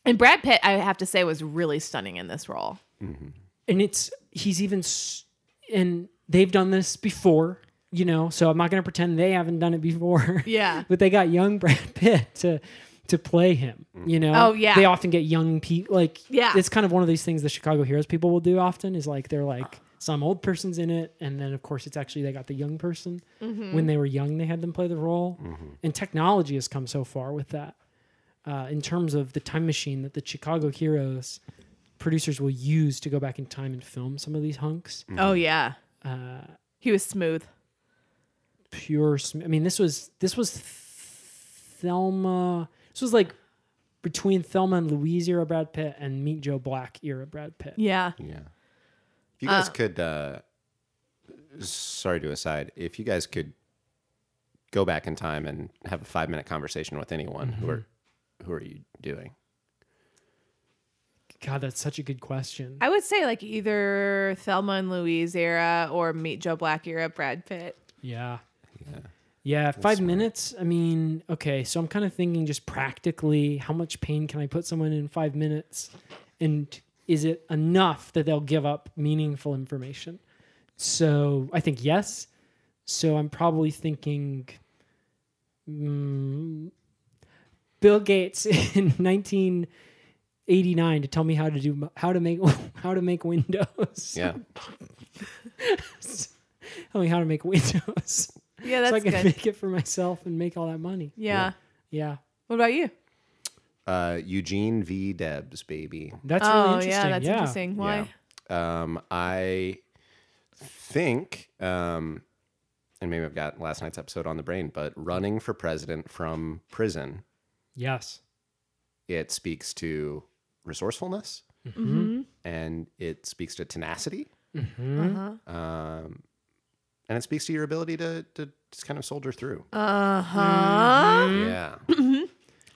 S1: And Brad Pitt, I have to say, was really stunning in this role.
S4: and it's he's even s- and they've done this before you know so i'm not going to pretend they haven't done it before
S1: Yeah.
S4: but they got young brad pitt to to play him you know
S1: Oh, yeah.
S4: they often get young people like
S1: Yeah.
S4: it's kind of one of these things the chicago heroes people will do often is like they're like some old person's in it and then of course it's actually they got the young person when they were young they had them play the role and technology has come so far with that uh, in terms of the time machine that the chicago heroes producers will use to go back in time and film some of these hunks.
S1: Oh yeah.
S4: Uh,
S1: he was smooth.
S4: Pure, sm- I mean, this was this was Thelma. This was like between Thelma and Louise era Brad Pitt and Meet Joe Black era Brad Pitt.
S1: Yeah.
S2: Yeah. If you guys could, uh, sorry to aside, if you guys could go back in time and have a five minute conversation with anyone, who are who are you doing?
S4: God, that's such a good question.
S1: I would say like either Thelma and Louise era or Meet Joe Black era Brad Pitt.
S4: Yeah. Yeah, five minutes. I mean, okay, so I'm kind of thinking just practically how much pain can I put someone in five minutes? And is it enough that they'll give up meaningful information? So I think yes. So I'm probably thinking mm, Bill Gates in 1989 to tell me how to do how to make how to make Windows.
S2: Yeah.
S4: Tell me how to make Windows.
S1: Yeah,
S4: so I
S1: that's
S4: can
S1: good.
S4: make it for myself and make all that money.
S1: yeah.
S4: Yeah,
S1: What about you?
S2: Uh, Eugene V. Debs, baby.
S4: that's really
S1: oh
S4: interesting.
S1: yeah, that's interesting. Why?
S2: Yeah. Um, I think, um, and maybe I've got last night's episode on the brain, but running for president from prison,
S4: Yes,
S2: it speaks to resourcefulness and it speaks to tenacity.
S1: Uh-huh.
S2: Um, and it speaks to your ability to to just kind of soldier through.
S4: Uh-huh.
S1: Huh?
S2: yeah,
S1: Mm.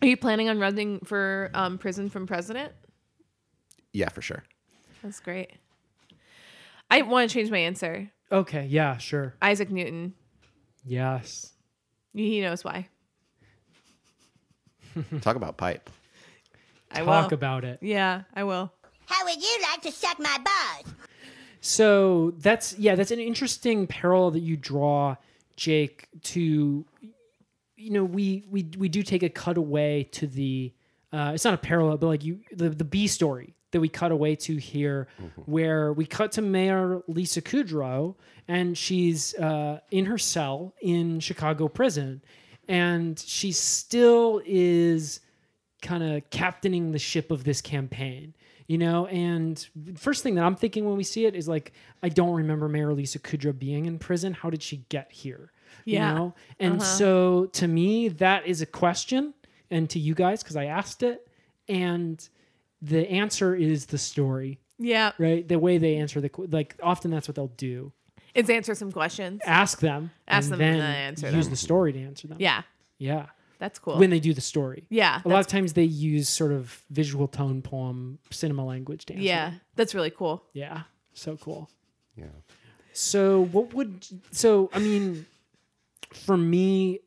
S1: Are you planning on running for um, prison from president?
S2: yeah, for sure.
S1: That's great. I want to change my answer.
S4: Okay. Yeah. Sure.
S1: Isaac Newton.
S4: Yes.
S1: He knows why.
S2: Talk about pipe.
S1: I
S4: Talk
S1: will.
S4: about it.
S1: yeah, I will.
S8: How would you like to suck my balls?
S4: So that's yeah, that's an interesting parallel that you draw, Jake. To you know, we we we do take a cutaway to the. Uh, it's not a parallel, but like you, the the B story that we cut away to here, where we cut to Mayor Lisa Kudrow, and she's uh, in her cell in Chicago prison, and she still is kind of captaining the ship of this campaign you know and first thing that i'm thinking when we see it is like i don't remember mayor lisa kudrow being in prison how did she get here
S1: Yeah. Uh-huh.
S4: you know and so to me that is a question and to you guys because i asked it and the answer is the story
S1: Yeah.
S4: right the way they answer the qu- like often that's what they'll do
S1: It's answer some questions.
S4: ask them
S1: Ask
S4: and
S1: them
S4: then
S1: and then answer
S4: use
S1: them.
S4: the story to answer them
S1: Yeah.
S4: yeah
S1: That's cool.
S4: when they do the story
S1: yeah.
S4: a lot
S1: That's,
S4: of times they use sort of visual tone poem cinema language to answer
S1: yeah. That's really cool.
S4: Yeah. So cool.
S2: Yeah.
S4: So what would so I mean for me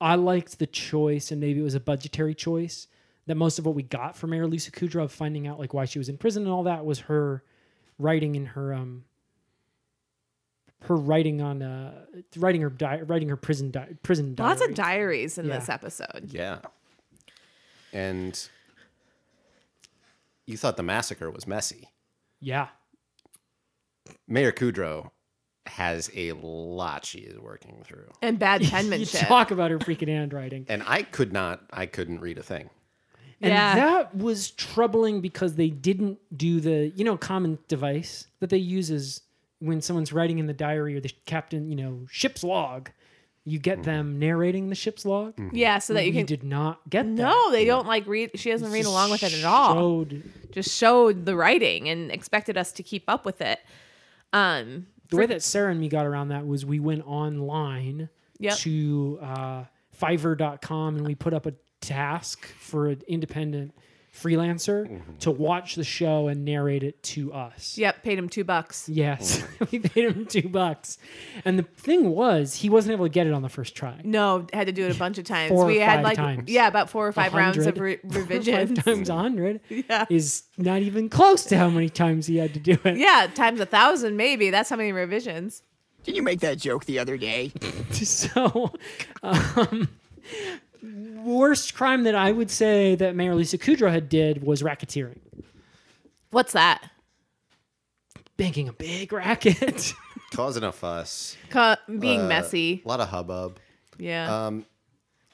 S4: I liked the choice and maybe it was a budgetary choice that most of what we got from Mayor Lisa Kudrow of finding out like why she was in prison and all that was her writing in her um her writing on uh writing her di- writing her prison di- prison diary.
S1: Lots of diaries in
S4: Yeah.
S1: this episode.
S2: Yeah, and you thought the massacre was messy.
S4: yeah.
S2: Mayor Kudrow has a lot she is working through,
S1: And bad
S4: You
S1: penmanship.
S4: talk about her freaking handwriting.
S2: and I could not. I couldn't read a thing.
S4: And
S1: Yeah.
S4: that was troubling because they didn't do the, you know, common device that they use is when someone's writing in the diary or the captain, you know, ship's log, you get them narrating the ship's log.
S1: yeah, so that you
S4: We
S1: can
S4: did not get that.
S1: No, they don't like read she doesn't read
S4: Just
S1: along with it at all.
S4: showed-
S1: Just showed the writing and expected us to keep up with it. Um
S4: the way that Sarah and me got around that was we went online
S1: Yep.
S4: to uh, Fiverr.com and we put up a task for an independent freelancer to watch the show and narrate it to us.
S1: Yep, paid him two bucks.
S4: Yes, we paid him two bucks, and the thing was, he wasn't able to get it on the first try.
S1: No, had to do it a bunch of times.
S4: Four or
S1: we had
S4: five
S1: like
S4: times.
S1: yeah, about four or five rounds of
S4: 100.
S1: re-
S4: Four or five
S1: revisions.
S4: times a hundred
S1: Mm. Yeah.
S4: is not even close to how many times he had to do it.
S1: yeah, times a thousand maybe. That's how many revisions.
S11: Did you make that joke the other day?
S4: So, um, worst crime that I would say that Mayor Lisa Kudrow had did was racketeering,
S1: What's that?
S4: banking a big racket.
S2: Causing a fuss,
S1: Co- being
S2: uh,
S1: messy.
S2: a lot of hubbub.
S1: Yeah.
S2: Um,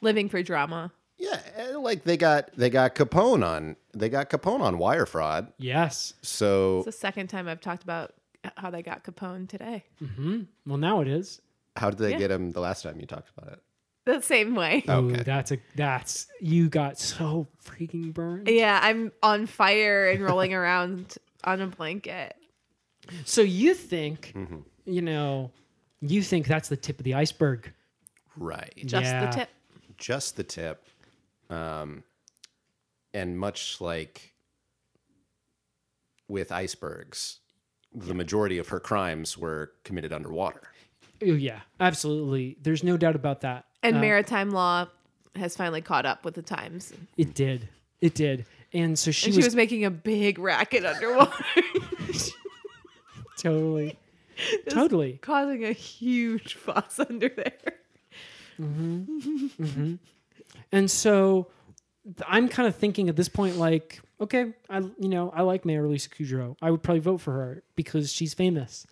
S1: Living for drama.
S2: yeah, eh, like they got they got Capone on they got Capone on wire fraud.
S4: yes.
S2: So
S1: It's the second time I've talked about how they got Capone today.
S4: Well, now it is.
S2: how did they
S1: Yeah.
S2: get him the last time you talked about it?
S1: The same way.
S4: Ooh, that's a that's you got so freaking burned.
S1: Yeah, I'm on fire and rolling around on a blanket.
S4: So you think,
S1: Mm-hmm.
S4: you know, you think that's the tip of the iceberg.
S2: Right.
S1: Just
S4: Yeah.
S1: the tip.
S2: Just the tip. Um and much like with icebergs, the majority of her crimes were committed underwater.
S4: Oh, yeah, absolutely. There's no doubt about that.
S1: And
S4: Uh,
S1: maritime law has finally caught up with the times. And
S4: it did. It did. And so she,
S1: she
S4: was,
S1: was making a big racket underwater,
S4: totally, totally.
S1: causing a huge fuss under there.
S4: And so th- I'm kind of thinking at this point, like, okay, I you know I like Mayor Lisa Kudrow. I would probably vote for her because she's famous,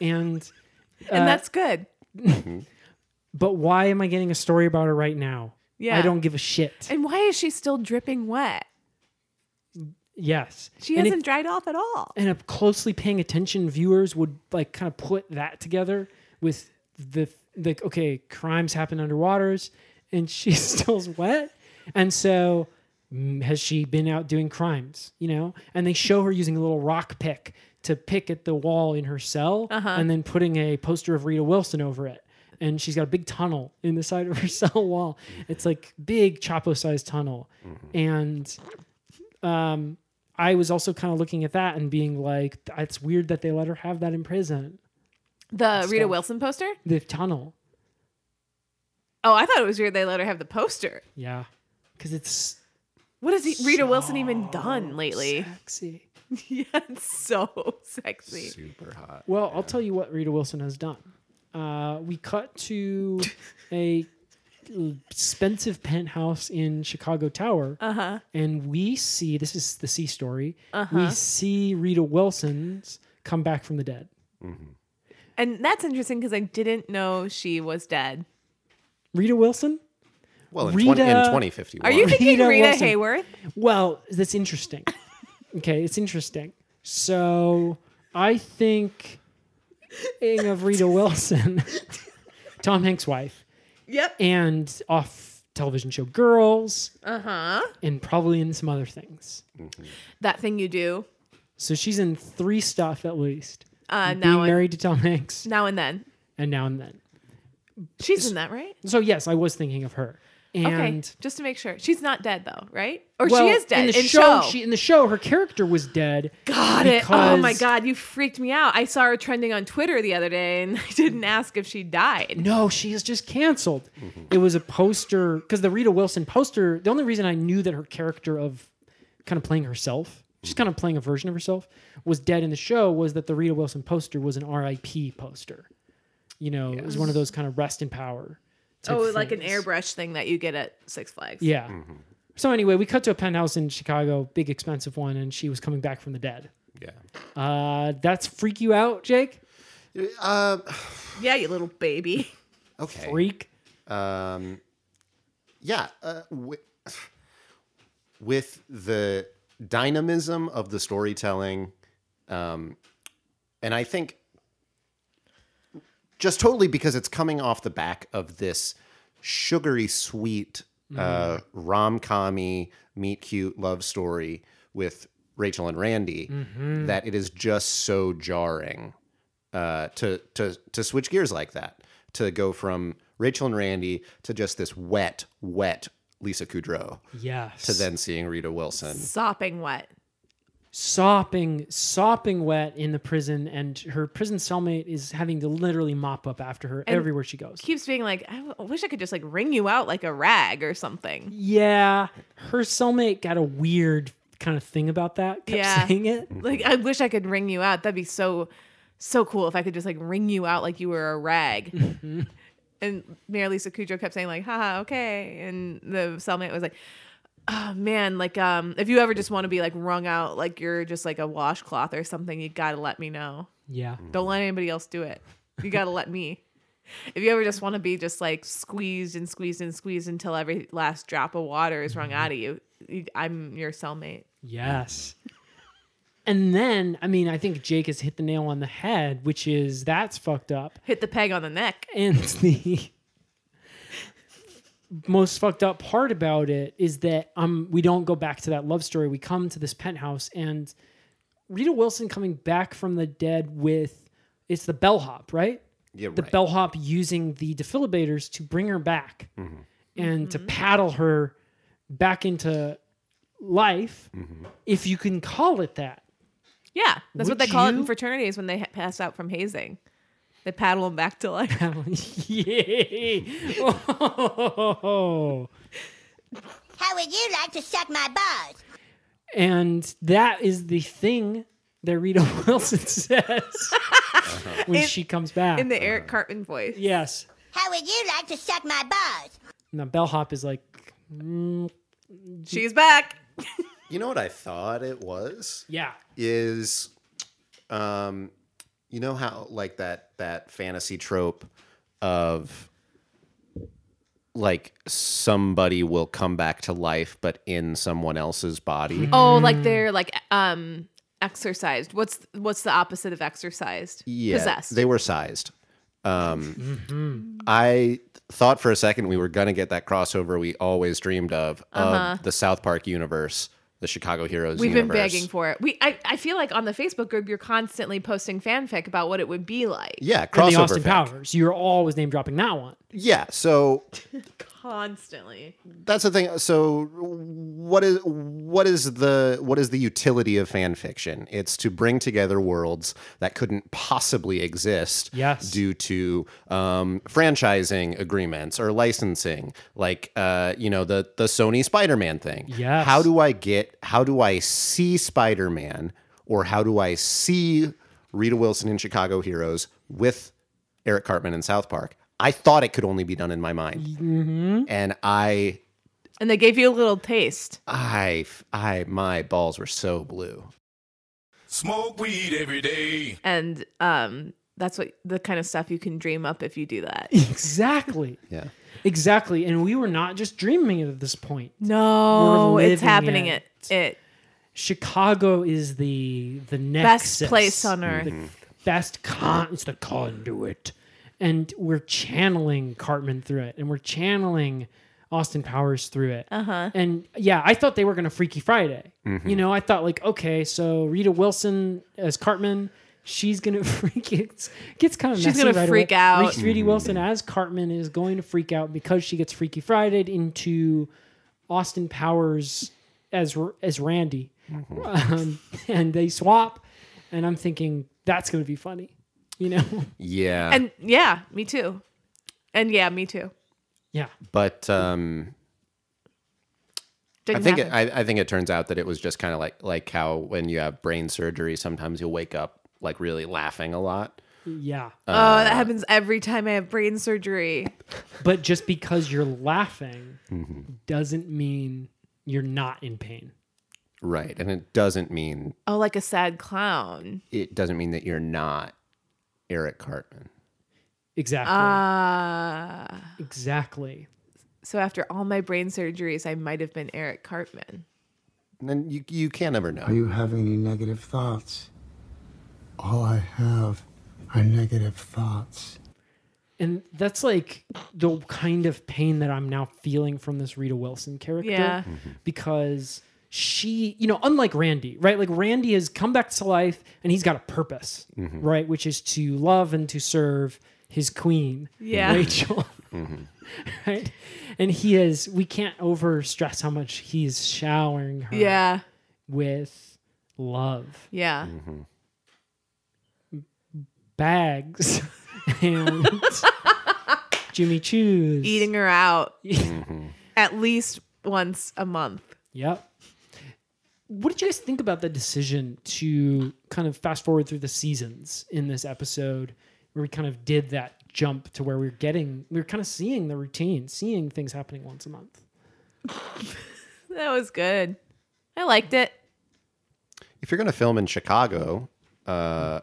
S4: and Uh,
S1: And that's good.
S4: but why am I getting a story about her right now?
S1: Yeah.
S4: I don't give a shit.
S1: And why is she still dripping wet?
S4: yes,
S1: She
S4: And if-
S1: hasn't dried off at all.
S4: and a closely paying attention viewers would like kind of put that together with the like okay crimes happen underwaters and she's still wet and so mm, has she been out doing crimes you know and they show her using a little rock pick to pick at the wall in her cell
S1: Uh-huh.
S4: and then putting a poster of Rita Wilson over it. And she's got a big tunnel in the side of her cell wall. It's like big Chapo sized tunnel. And um, I was also kind of looking at that and being like, it's weird that they let her have that in prison.
S1: The Rita
S4: stuff.
S1: Wilson poster?
S4: The tunnel.
S1: Oh, I thought it was weird they let her have the poster.
S4: Yeah. Because it's
S1: What has he, Rita Wilson even done lately?
S4: Sexy.
S1: yeah, it's so sexy.
S2: Super hot.
S4: Well, I'll tell you what Rita Wilson has done. Uh, we cut to a expensive penthouse in Chicago Tower,
S1: Uh-huh.
S4: and we see this is the C story.
S1: Uh-huh.
S4: We see Rita Wilson's come back from the dead.
S1: And that's interesting because I didn't know she was dead.
S4: Rita Wilson.
S2: Well, in,
S4: Rita-
S2: 20, in 2051.
S1: Are you thinking Rita,
S4: Wilson.
S1: Hayworth?
S4: Well, that's interesting. okay, it's interesting. So I think thinking of Rita Wilson, Tom Hanks' wife,
S1: Yep.
S4: and off television show Girls,
S1: Uh huh.
S4: and probably in some other things.
S1: That thing you do
S4: So she's in three stuff at least.
S1: uh,
S4: being
S1: now and
S4: married to Tom Hanks,
S1: now and then.
S4: and now and then.
S1: She's in that, right?
S4: So yes, I was thinking of her. And
S1: okay, just to make sure, she's not dead though, right? Or
S4: well,
S1: she is dead
S4: in the show. She in the show, her character was dead.
S1: Got it. Oh my
S4: because-
S1: god, you freaked me out. I saw her trending on Twitter the other day, and I didn't ask if she died.
S4: No, she is just canceled.
S2: Mm-hmm.
S4: It was a poster because the Rita Wilson poster. The only reason I knew that her character of kind of playing herself, she's kind of playing a version of herself, was dead in the show was that the Rita Wilson poster was an R.I.P. poster. You know, it was one of those kind of rest in power. type
S1: Oh, like an
S4: things.
S1: airbrush thing that you get at Six Flags.
S4: Yeah.
S2: Mm-hmm.
S4: So anyway, we cut to a penthouse in Chicago, big expensive one, and she was coming back from the dead.
S2: Yeah.
S4: Uh, that's freak you out, Jake.
S2: Uh,
S1: yeah, you little baby.
S2: okay.
S4: Freak.
S2: Um, yeah. Uh, with, with the dynamism of the storytelling, um, and I think just totally because it's coming off the back of this sugary sweet uh, rom commy meet cute love story with Rachel and Randy that it is just so jarring uh, to to to switch gears like that to go from Rachel and Randy to just this wet wet Lisa Kudrow
S4: Yes.
S2: to then seeing Rita Wilson.
S1: Sopping wet.
S4: sopping, sopping wet in the prison, and her prison cellmate is having to literally mop up after her
S1: And
S4: everywhere she goes.
S1: Keeps being like, I w- wish I could just like wring you out like a rag or something.
S4: yeah, her cellmate got a weird kind of thing about that. Kept
S1: Yeah.
S4: saying it.
S1: Like, I wish I could wring you out. That'd be so, so cool if I could just like wring you out like you were a rag. and Mayor Lisa Kudrow kept saying like, haha, okay. And the cellmate was like, oh man, like um, if you ever just want to be like wrung out like you're just like a washcloth or something, you gotta let me know.
S4: Yeah.
S1: Don't let anybody else do it. You gotta let me. If you ever just want to be just like squeezed and squeezed and squeezed until every last drop of water is wrung out of you, you I'm your cellmate.
S4: Yes. And then, I mean, I think Jake has hit the nail on the head, which is that's fucked up.
S1: Hit the peg on the neck.
S4: And the most fucked up part about it is that um we don't go back to that love story. We come to this penthouse and Rita Wilson coming back from the dead with it's the bellhop, right?
S2: Yeah,
S4: The
S2: right.
S4: bellhop using the defilibators to bring her back and to paddle her back into life, if you can call it that.
S1: Yeah, that's
S4: Would
S1: what they call it
S4: you-
S1: in fraternities when they ha- pass out from hazing. They paddle them back to life.
S4: Yay! Oh.
S8: How would you like to suck my balls?
S4: And that is the thing that Rita Wilson says when
S1: In-
S4: she comes back.
S1: In the Eric Cartman voice.
S4: yes.
S8: How would you like to suck my balls?
S4: And the bellhop is like, mm,
S1: She's back.
S2: You know what I thought it was?
S4: yeah.
S2: is um you know how like that that fantasy trope of like somebody will come back to life but in someone else's body
S1: Oh, like they're like um exercised. What's what's the opposite of exercised? Possessed.
S2: they were sized um i thought for a second we were gonna get that crossover we always dreamed of of the south park universe the Chicago Heroes.
S1: Uh-huh. We've
S2: universe.
S1: been begging for it. We I, I feel like on the Facebook group you're constantly posting fanfic about what it would be like.
S2: Yeah,
S4: and the
S2: crossover
S4: Austin
S2: fic.
S4: Powers. You're always name dropping that one.
S2: Yeah, so
S1: Constantly.
S2: that's the thing. So what is what is the what is the utility of fan fiction? It's to bring together worlds that couldn't possibly exist
S4: Yes.
S2: due to um, franchising agreements or licensing, like uh, you know the the Sony Spider Man thing.
S4: Yes.
S2: How do I get? How do I see Spider Man, or how do I see Rita Wilson in Chicago Heroes with Eric Cartman in South Park? I thought it could only be done in my mind,
S4: Mm-hmm.
S2: and I
S1: And they gave you a little taste.
S2: I, I, my balls were so blue.
S9: Smoke weed every day.
S1: And um that's what the kind of stuff you can dream up if you do that.
S4: Exactly.
S2: Yeah.
S4: Exactly. And we were not just dreaming it at this point.
S1: No,
S4: We're
S1: it's
S4: living
S1: happening
S4: it.
S1: it. It
S4: Chicago is the the
S1: best
S4: nexus,
S1: place on earth.
S4: best con. It's the conduit, and we're channeling Cartman through it, and we're channeling Austin Powers through it. Uh-huh. And yeah, I thought they were gonna Freaky Friday. You know, I thought like, okay, so Rita Wilson as Cartman. She's gonna freak. It gets kind of
S1: She's
S4: messy
S1: gonna
S4: right
S1: freak
S4: away.
S1: out.
S4: Rita Wilson as Cartman is going to freak out because she gets Freaky Friday into Austin Powers as as Randy, um, and they swap. And I'm thinking that's going to be funny, you know?
S2: Yeah.
S1: And yeah, me too. And yeah, me too.
S4: yeah,
S2: but um, I
S1: Didn't
S2: think it,
S1: happen.
S2: I, I think it turns out that it was just kind of like like how when you have brain surgery, sometimes you'll wake up like really laughing a lot.
S4: yeah.
S2: uh,
S1: oh, that happens every time I have brain surgery.
S4: But just because you're laughing doesn't mean you're not in pain.
S2: Right. And it doesn't mean
S1: Oh, like a sad clown.
S2: it doesn't mean that you're not Eric Cartman.
S4: Exactly.
S1: Ah.
S4: exactly.
S1: so after all my brain surgeries, I might have been Eric Cartman.
S2: Mm-hmm. And then you you can't ever know.
S12: Are you having any negative thoughts? All I have are negative thoughts.
S4: And that's like the kind of pain that I'm now feeling from this Rita Wilson character.
S1: Yeah.
S4: Because she, you know, unlike Randy, right? Like Randy has come back to life and he's got a purpose, right? Which is to love and to serve his queen,
S1: Yeah.
S4: Rachel. right? And he is, we can't over stress how much he's showering her
S1: Yeah.
S4: with love,
S1: Yeah.
S2: Mm-hmm.
S4: bags, and Jimmy Choo's.
S1: Eating her out
S2: Mm-hmm.
S1: at least once a month.
S4: Yep. What did you guys think about the decision to kind of fast forward through the seasons in this episode where we kind of did that jump to where we are getting, we were kind of seeing the routine, seeing things happening once a month?
S1: That was good. I liked it.
S2: If you're gonna film in Chicago, uh,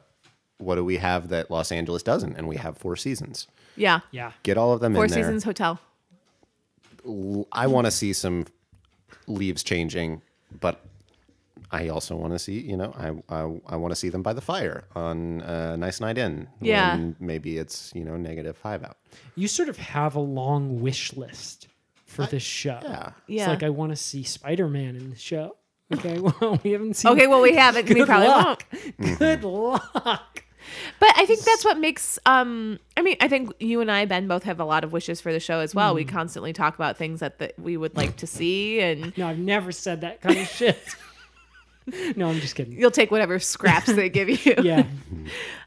S2: what do we have that Los Angeles doesn't? And we have four seasons.
S1: Yeah.
S4: Yeah.
S2: Get all of them
S1: Four
S2: in there.
S1: Seasons Hotel.
S2: I want to see some leaves changing, but I also want to see, you know, I I, I want to see them by the fire on a nice night in.
S1: Yeah.
S2: when maybe it's you know negative five out.
S4: You sort of have a long wish list for this show. Yeah.
S1: Yeah.
S4: It's like, I want to see Spider Man in the show. Okay. Well, we haven't seen
S1: Okay, well, we haven't. we
S4: Good
S1: probably won't.
S4: luck. Good luck.
S1: But I think that's what makes um I mean, I think you and I, Ben, both have a lot of wishes for the show as well. We constantly talk about things that the, we would like to see and
S4: No, I've never said that kind of shit. no, I'm just kidding.
S1: you'll take whatever scraps they give you.
S4: Yeah.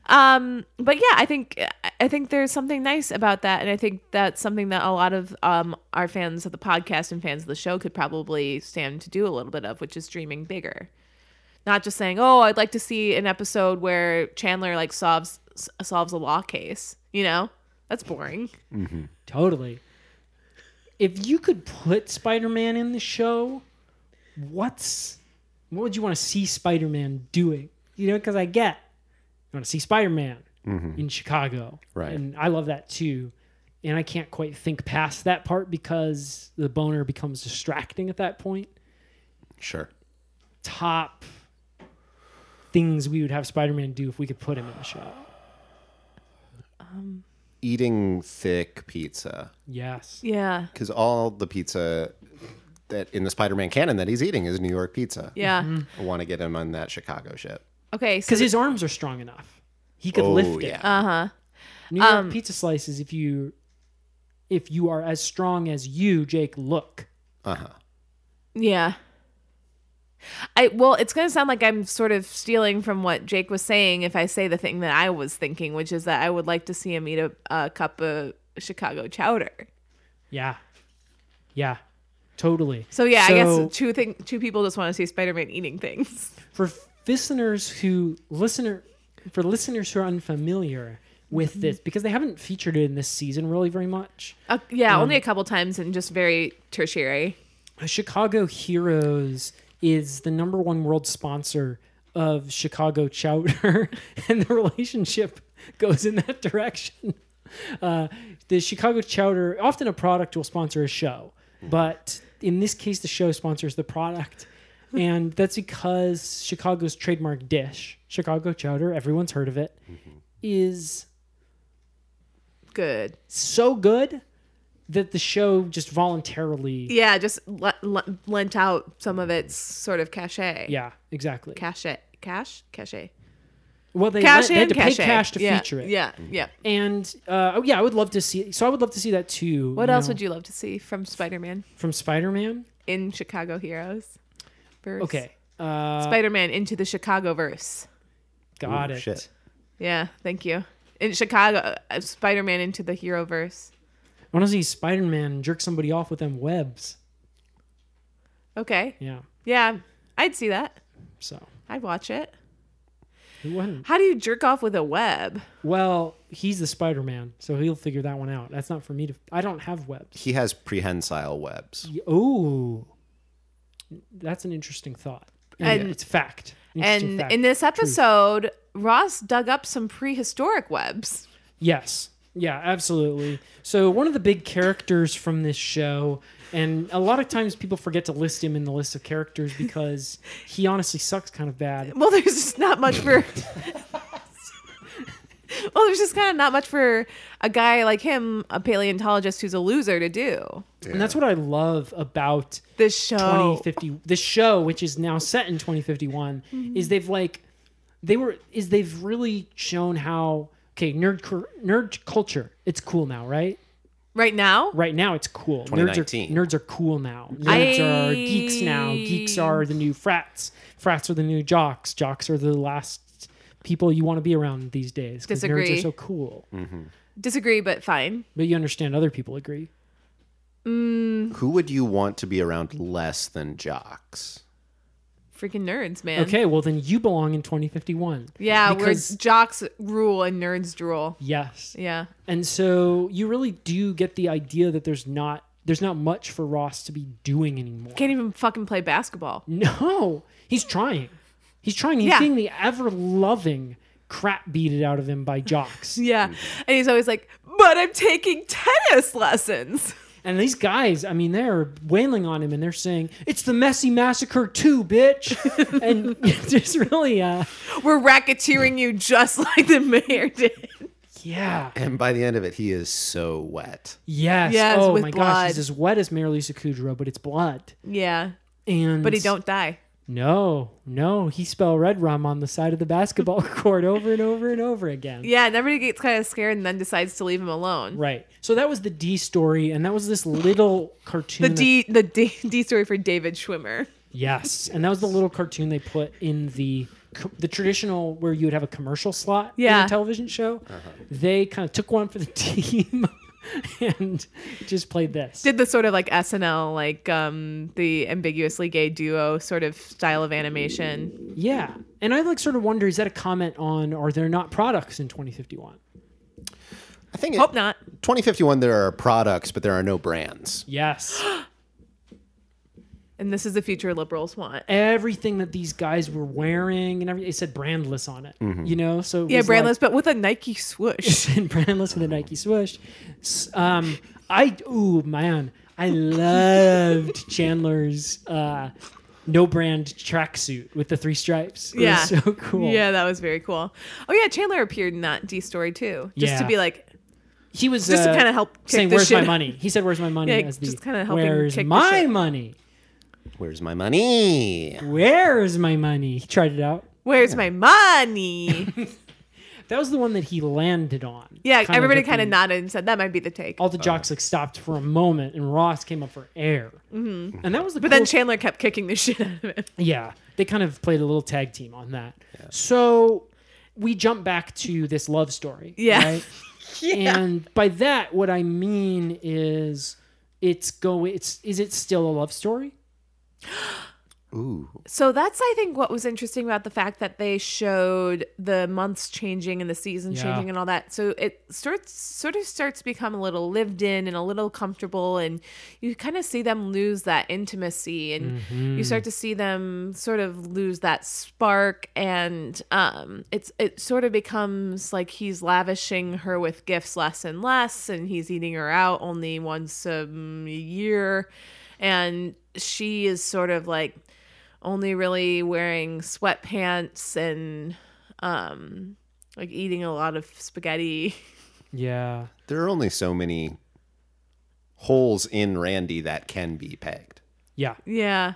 S1: Um but yeah, I think I think there's something nice about that and I think that's something that a lot of um our fans of the podcast and fans of the show could probably stand to do a little bit of, which is dreaming bigger. Not just saying, "Oh, I'd like to see an episode where Chandler like solves solves a law case," you know? That's boring.
S4: Totally. If you could put Spider Man in the show, what's what would you want to see Spider Man doing? You know, because I get I want to see Spider Man in Chicago,
S2: Right.
S4: And I love that too. And I can't quite think past that part because the boner becomes distracting at that point.
S2: Sure.
S4: Top things we would have Spider Man do if we could put him in the show.
S2: Eating thick pizza
S4: Yes.
S1: Yeah.
S2: because all the pizza that in the Spider-Man canon that he's eating is New York pizza.
S1: Yeah.
S2: I want to get him on that Chicago ship.
S1: Okay, so
S4: because his arms are strong enough, he could
S2: Oh,
S4: lift it.
S2: yeah.
S1: Uh huh.
S4: New York
S1: Um,
S4: pizza slices. If you if you are as strong as you, Jake, look.
S2: Uh-huh.
S1: Yeah. I well, it's going to sound like I'm sort of stealing from what Jake was saying if I say the thing that I was thinking, which is that I would like to see him eat a, a cup of Chicago chowder.
S4: Yeah, yeah, totally.
S1: So yeah, I
S4: So-
S1: guess two thing two people just want to see Spider-Man eating things.
S4: for f- listeners who listener for listeners who are unfamiliar with
S1: Mm-hmm.
S4: this because they haven't featured it in this season really very much
S1: Uh, yeah,
S4: Um,
S1: only a couple times and just very tertiary.
S4: chicago heroes is the number one world sponsor of chicago chowder and the relationship goes in that direction uh, the chicago chowder often a product will sponsor a show but in this case the show sponsors the product and that's because Chicago's trademark dish, Chicago chowder, everyone's heard of it, is
S1: good.
S4: So good that the show just voluntarily.
S1: Yeah, just l- l- lent out some of its sort of cachet.
S4: Yeah, exactly.
S1: Cachet. Cash? Cachet.
S4: Well, they,
S1: Cash
S4: they had
S1: and
S4: to pay
S1: cachet.
S4: cash to
S1: Yeah,
S4: feature it.
S1: yeah, yeah.
S4: And uh, oh yeah, I would love to see. So I would love to see that too.
S1: What else would you love to see from Spider-Man
S4: from Spider-Man?
S1: in Chicago Heroes? Verse?
S4: Okay, uh,
S1: Spider-Man into the Chicago verse.
S4: Got
S2: Ooh,
S4: it.
S2: shit.
S1: Yeah, thank you. In Chicago, uh, Spider-Man into the hero verse.
S4: I want to see Spider-Man jerk somebody off with them webs.
S1: Okay.
S4: Yeah.
S1: Yeah, I'd see that.
S4: So
S1: I'd watch it.
S4: who wouldn't?
S1: How do you jerk off with a web?
S4: Well, he's the Spider-Man, so he'll figure that one out. That's not for me to. I don't have webs.
S2: He has prehensile webs.
S4: Y- Oh, that's an interesting thought. And
S1: And-
S4: it's fact. Interesting
S1: And
S4: fact.
S1: in this
S4: True.
S1: episode, Ross dug up some prehistoric webs.
S4: Yes. Yeah, absolutely. So one of the big characters from this show, and a lot of times people forget to list him in the list of characters because he honestly sucks kind of bad.
S1: Well, there's just not much for. well, there's just kind of not much for a guy like him, a paleontologist who's a loser, to do.
S4: And that's what I love about
S1: this show.
S4: 2050 this show which is now set in 2051 is they've like they were is they've really shown how okay, nerd cur- nerd culture. It's cool now, right?
S1: Right now?
S4: Right now it's cool. Nerds are
S2: 2019.
S4: nerds are cool now. Nerds
S1: I-
S4: are geeks now. Geeks are the new frats. Frats are the new jocks. Jocks are the last people you want to be around these days because nerds
S1: Disagree.
S4: are so cool.
S1: Disagree, but fine.
S4: But you understand other people agree.
S1: Mm,
S2: Who would you want to be around less than jocks?
S1: freaking nerds, man.
S4: Okay, well then you belong in 2051.
S1: Yeah,
S4: because
S1: where jocks rule and nerds drool.
S4: yes,
S1: Yeah.
S4: and so you really do get the idea that there's not there's not much for Ross to be doing anymore.
S1: Can't even fucking play basketball.
S4: No, he's trying. He's trying. He's
S1: Yeah.
S4: getting the ever loving crap beated out of him by jocks.
S1: Yeah.
S4: Mm-hmm.
S1: And he's always like, but I'm taking tennis lessons.
S4: And these guys, I mean, they're wailing on him and they're saying, it's the Messy Massacre too, bitch. and it's really, uh,
S1: We're racketeering you just like the mayor did.
S4: yeah.
S2: And by the end of it, he is so wet.
S4: Yes.
S1: Yes,
S4: oh
S1: with
S4: my gosh.
S1: blood.
S4: He's as wet as Mary Lisa Kudrow, but it's blood.
S1: Yeah.
S4: And
S1: But he don't die.
S4: No, no. He spelled red rum on the side of the basketball court over and over and over again.
S1: Yeah, and everybody gets kind of scared and then decides to leave him alone.
S4: Right. So that was the D story, and that was this little
S1: The
S4: cartoon. that-
S1: D the D, D story for David Schwimmer.
S4: Yes, and that was the little cartoon they put in the co- the traditional where you would have a commercial slot in
S1: Yeah.
S4: a television show. They kind of took one for the team and just played this.
S1: Did the sort of like SNL like um the ambiguously gay duo sort of style of animation.
S4: Yeah, and I like sort of wonder is that a comment on are there not products in 2051?
S2: I think
S1: Hope not.
S2: 2051, there are products, but there are no brands.
S4: Yes,
S1: And this is the future liberals want.
S4: everything that these guys were wearing and everything it said brandless on it. You know, so it
S1: Yeah,
S4: was
S1: brandless,
S4: like-
S1: but with a Nike swoosh.
S4: and brandless with a Nike swoosh. S- Um, I ooh man, I loved Chandler's uh, no brand tracksuit with the three stripes. It
S1: yeah.
S4: was so cool.
S1: Yeah, that was very cool. Oh yeah, Chandler appeared in that D story too. Just to
S4: Yeah.
S1: be like,
S4: he was
S1: just to
S4: uh,
S1: kinda help kick
S4: saying
S1: the
S4: "Where's my
S1: shit."
S4: money?" He said, "Where's my money?"
S1: Yeah,
S4: as the
S1: just kinda help him
S4: "Where's
S1: kick the
S4: my
S1: shit."
S4: money?"
S2: Where's my money?
S4: Where's my money? He tried it out.
S1: Where's my money?
S4: That was the one that he landed on.
S1: Yeah,
S4: Kinda
S1: everybody
S4: at the-
S1: kind of nodded and said that might be the take.
S4: All the jocks like stopped for a moment, and Ross came up for air.
S1: hmm
S4: And that was the
S1: But then
S4: coolest-
S1: Chandler kept kicking the shit out of it.
S4: Yeah, they kind of played a little tag team on that. So we jump back to this love story.
S1: Yeah.
S4: right? And by that, what I mean is, it's going. It's is it still a love story?
S2: Ooh.
S1: So that's I think what was interesting about the fact that they showed the months changing and the seasons
S4: Yeah.
S1: changing and all that. So it starts sort of starts to become a little lived in and a little comfortable and you kind of see them lose that intimacy and you
S13: Mhm.
S1: start to see them sort of lose that spark and um it's it sort of becomes like he's lavishing her with gifts less and less and he's eating her out only once um, a year and she is sort of like only really wearing sweatpants and um like eating a lot of spaghetti.
S4: Yeah.
S2: There are only so many holes in Randy that can be pegged.
S4: Yeah.
S1: Yeah.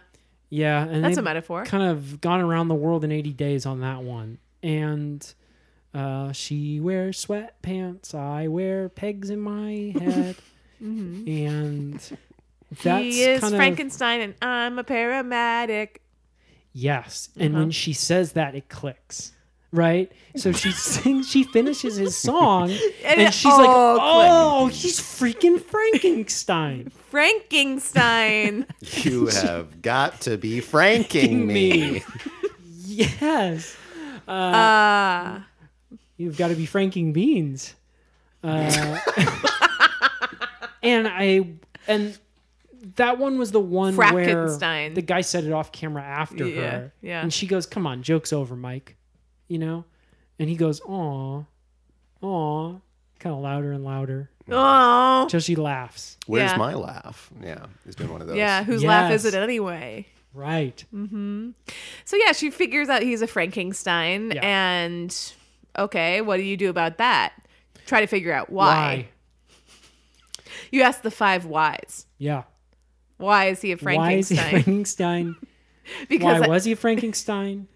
S4: Yeah, and
S1: That's a
S4: they've
S1: metaphor.
S4: Kind of gone around the world in 80 days on that one. And uh, she wears sweatpants. I wear pegs in my head.
S1: Mhm.
S4: And that's
S1: he is
S4: kind of-
S1: Frankenstein and I'm a paramedic.
S4: Yes, and
S1: Uh-huh.
S4: when she says that, it clicks. Right, so she sings. She finishes his song, and,
S1: it
S4: she's like,
S1: all
S4: "Oh, he's freaking Frankenstein."
S1: Frankenstein.
S2: You have got to be franking me.
S4: Yes. Uh,
S1: Ah.
S4: You've got to be franking beans. Uh, and I and that one was the one where
S1: Frankenstein.
S4: the guy said it off camera after
S1: Yeah,
S4: her.
S1: yeah.
S4: And she goes, "Come on, joke's over, Mike." You know, and he goes, "Aw, aw," kind of louder and louder
S1: oh.
S4: till she laughs.
S2: Where's
S1: Yeah.
S2: my laugh? Yeah, it's been one of those.
S1: Yeah, whose laugh is
S4: Yes.
S1: it anyway?
S4: Right.
S1: hmm So yeah, she figures out he's a Frankenstein, and okay, what do you do about that? Try to figure out why. You ask the five whys.
S4: Yeah.
S1: Why is he a
S4: Why is he
S1: Frankenstein?
S4: Frankenstein?
S1: Because
S4: why
S1: I-
S4: was he a Frankenstein?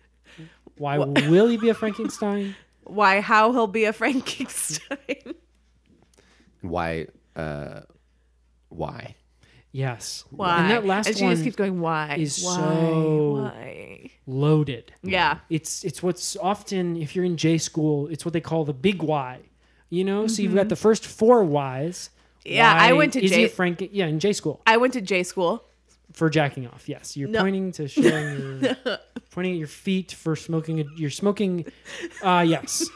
S4: Why will he be a Frankenstein?
S1: Why? How he'll be a Frankenstein?
S2: Why? Uh, why?
S4: Yes.
S1: Why?
S4: And that last
S1: And she
S4: one
S1: just keeps going, why?
S4: is
S1: Why?
S4: so
S1: Why?
S4: loaded.
S1: Yeah.
S4: It's it's what's often if you're in J school, it's what they call the big why. You know, so you've got
S1: Mhm.
S4: the first four whys.
S1: Yeah, I
S4: Why
S1: went to
S4: is he
S1: J-
S4: a Franken- yeah, in J school
S1: I went to J school.
S4: for jacking off. Yes, you're
S1: No.
S4: pointing to showing your, pointing at your feet for smoking. A, you're smoking. Uh yes.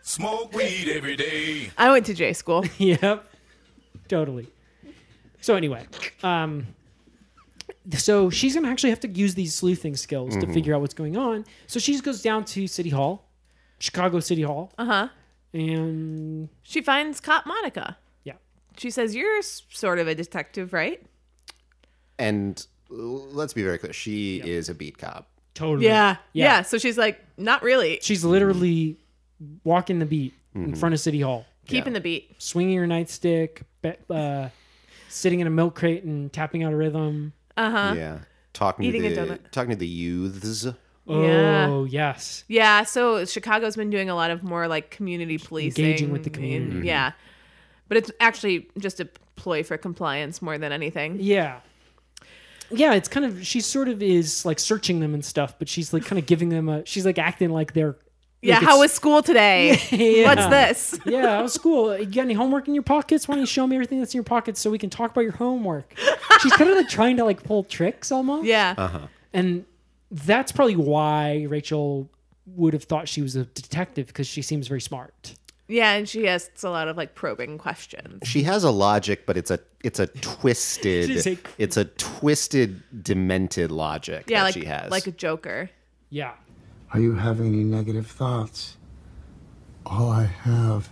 S9: Smoke weed every day.
S1: I went to J school.
S4: yep. Totally. So anyway, um so she's going to actually have to use these sleuthing skills to
S2: Mhm.
S4: figure out what's going on. So she just goes down to City Hall, Chicago City Hall,
S1: Uh huh.
S4: and
S1: She finds Cop Monica.
S4: Yeah.
S1: She says, "You're s- sort of a detective, right?"
S2: And uh, let's be very clear. She is a beat cop.
S4: totally.
S1: Yeah. yeah. So she's like, "Not really."
S4: She's literally walking the beat in
S2: Mhm.
S4: front of City Hall,
S1: keeping the beat.
S4: swinging her nightstick, be- uh, sitting in a milk crate and tapping out a rhythm.
S1: Uh huh.
S2: Yeah. Talking
S1: Eating a
S2: to the
S1: donut.
S2: talking to the youths.
S1: Yeah.
S4: Oh, yes.
S1: Yeah, so Chicago's been doing a lot of more like community policing,
S4: with the community.
S1: and- yeah, but it's actually just a ploy for compliance more than anything.
S4: Yeah. Yeah, it's kind of she sort of is like searching them and stuff, but she's like kind of giving them a she's like acting like they're
S1: Yeah,
S4: like
S1: how was
S4: it's-
S1: school today?
S4: Yeah.
S1: What's this?
S4: yeah, how's school? uh, You got any homework in your pockets? Why don't you show me everything that's in your pockets so we can talk about your homework? She's kind of like trying to like pull tricks almost.
S1: Yeah.
S2: Uh-huh.
S4: And that's probably why Rachel would have thought she was a detective because she seems very smart.
S1: Yeah, and she asks a lot of like probing questions.
S2: She has a logic, but it's a it's a twisted
S1: She's a-
S2: it's a twisted, demented logic
S1: Yeah,
S2: that
S1: like
S2: she has.
S1: like a joker.
S4: Yeah.
S12: Are you having any negative thoughts? All I have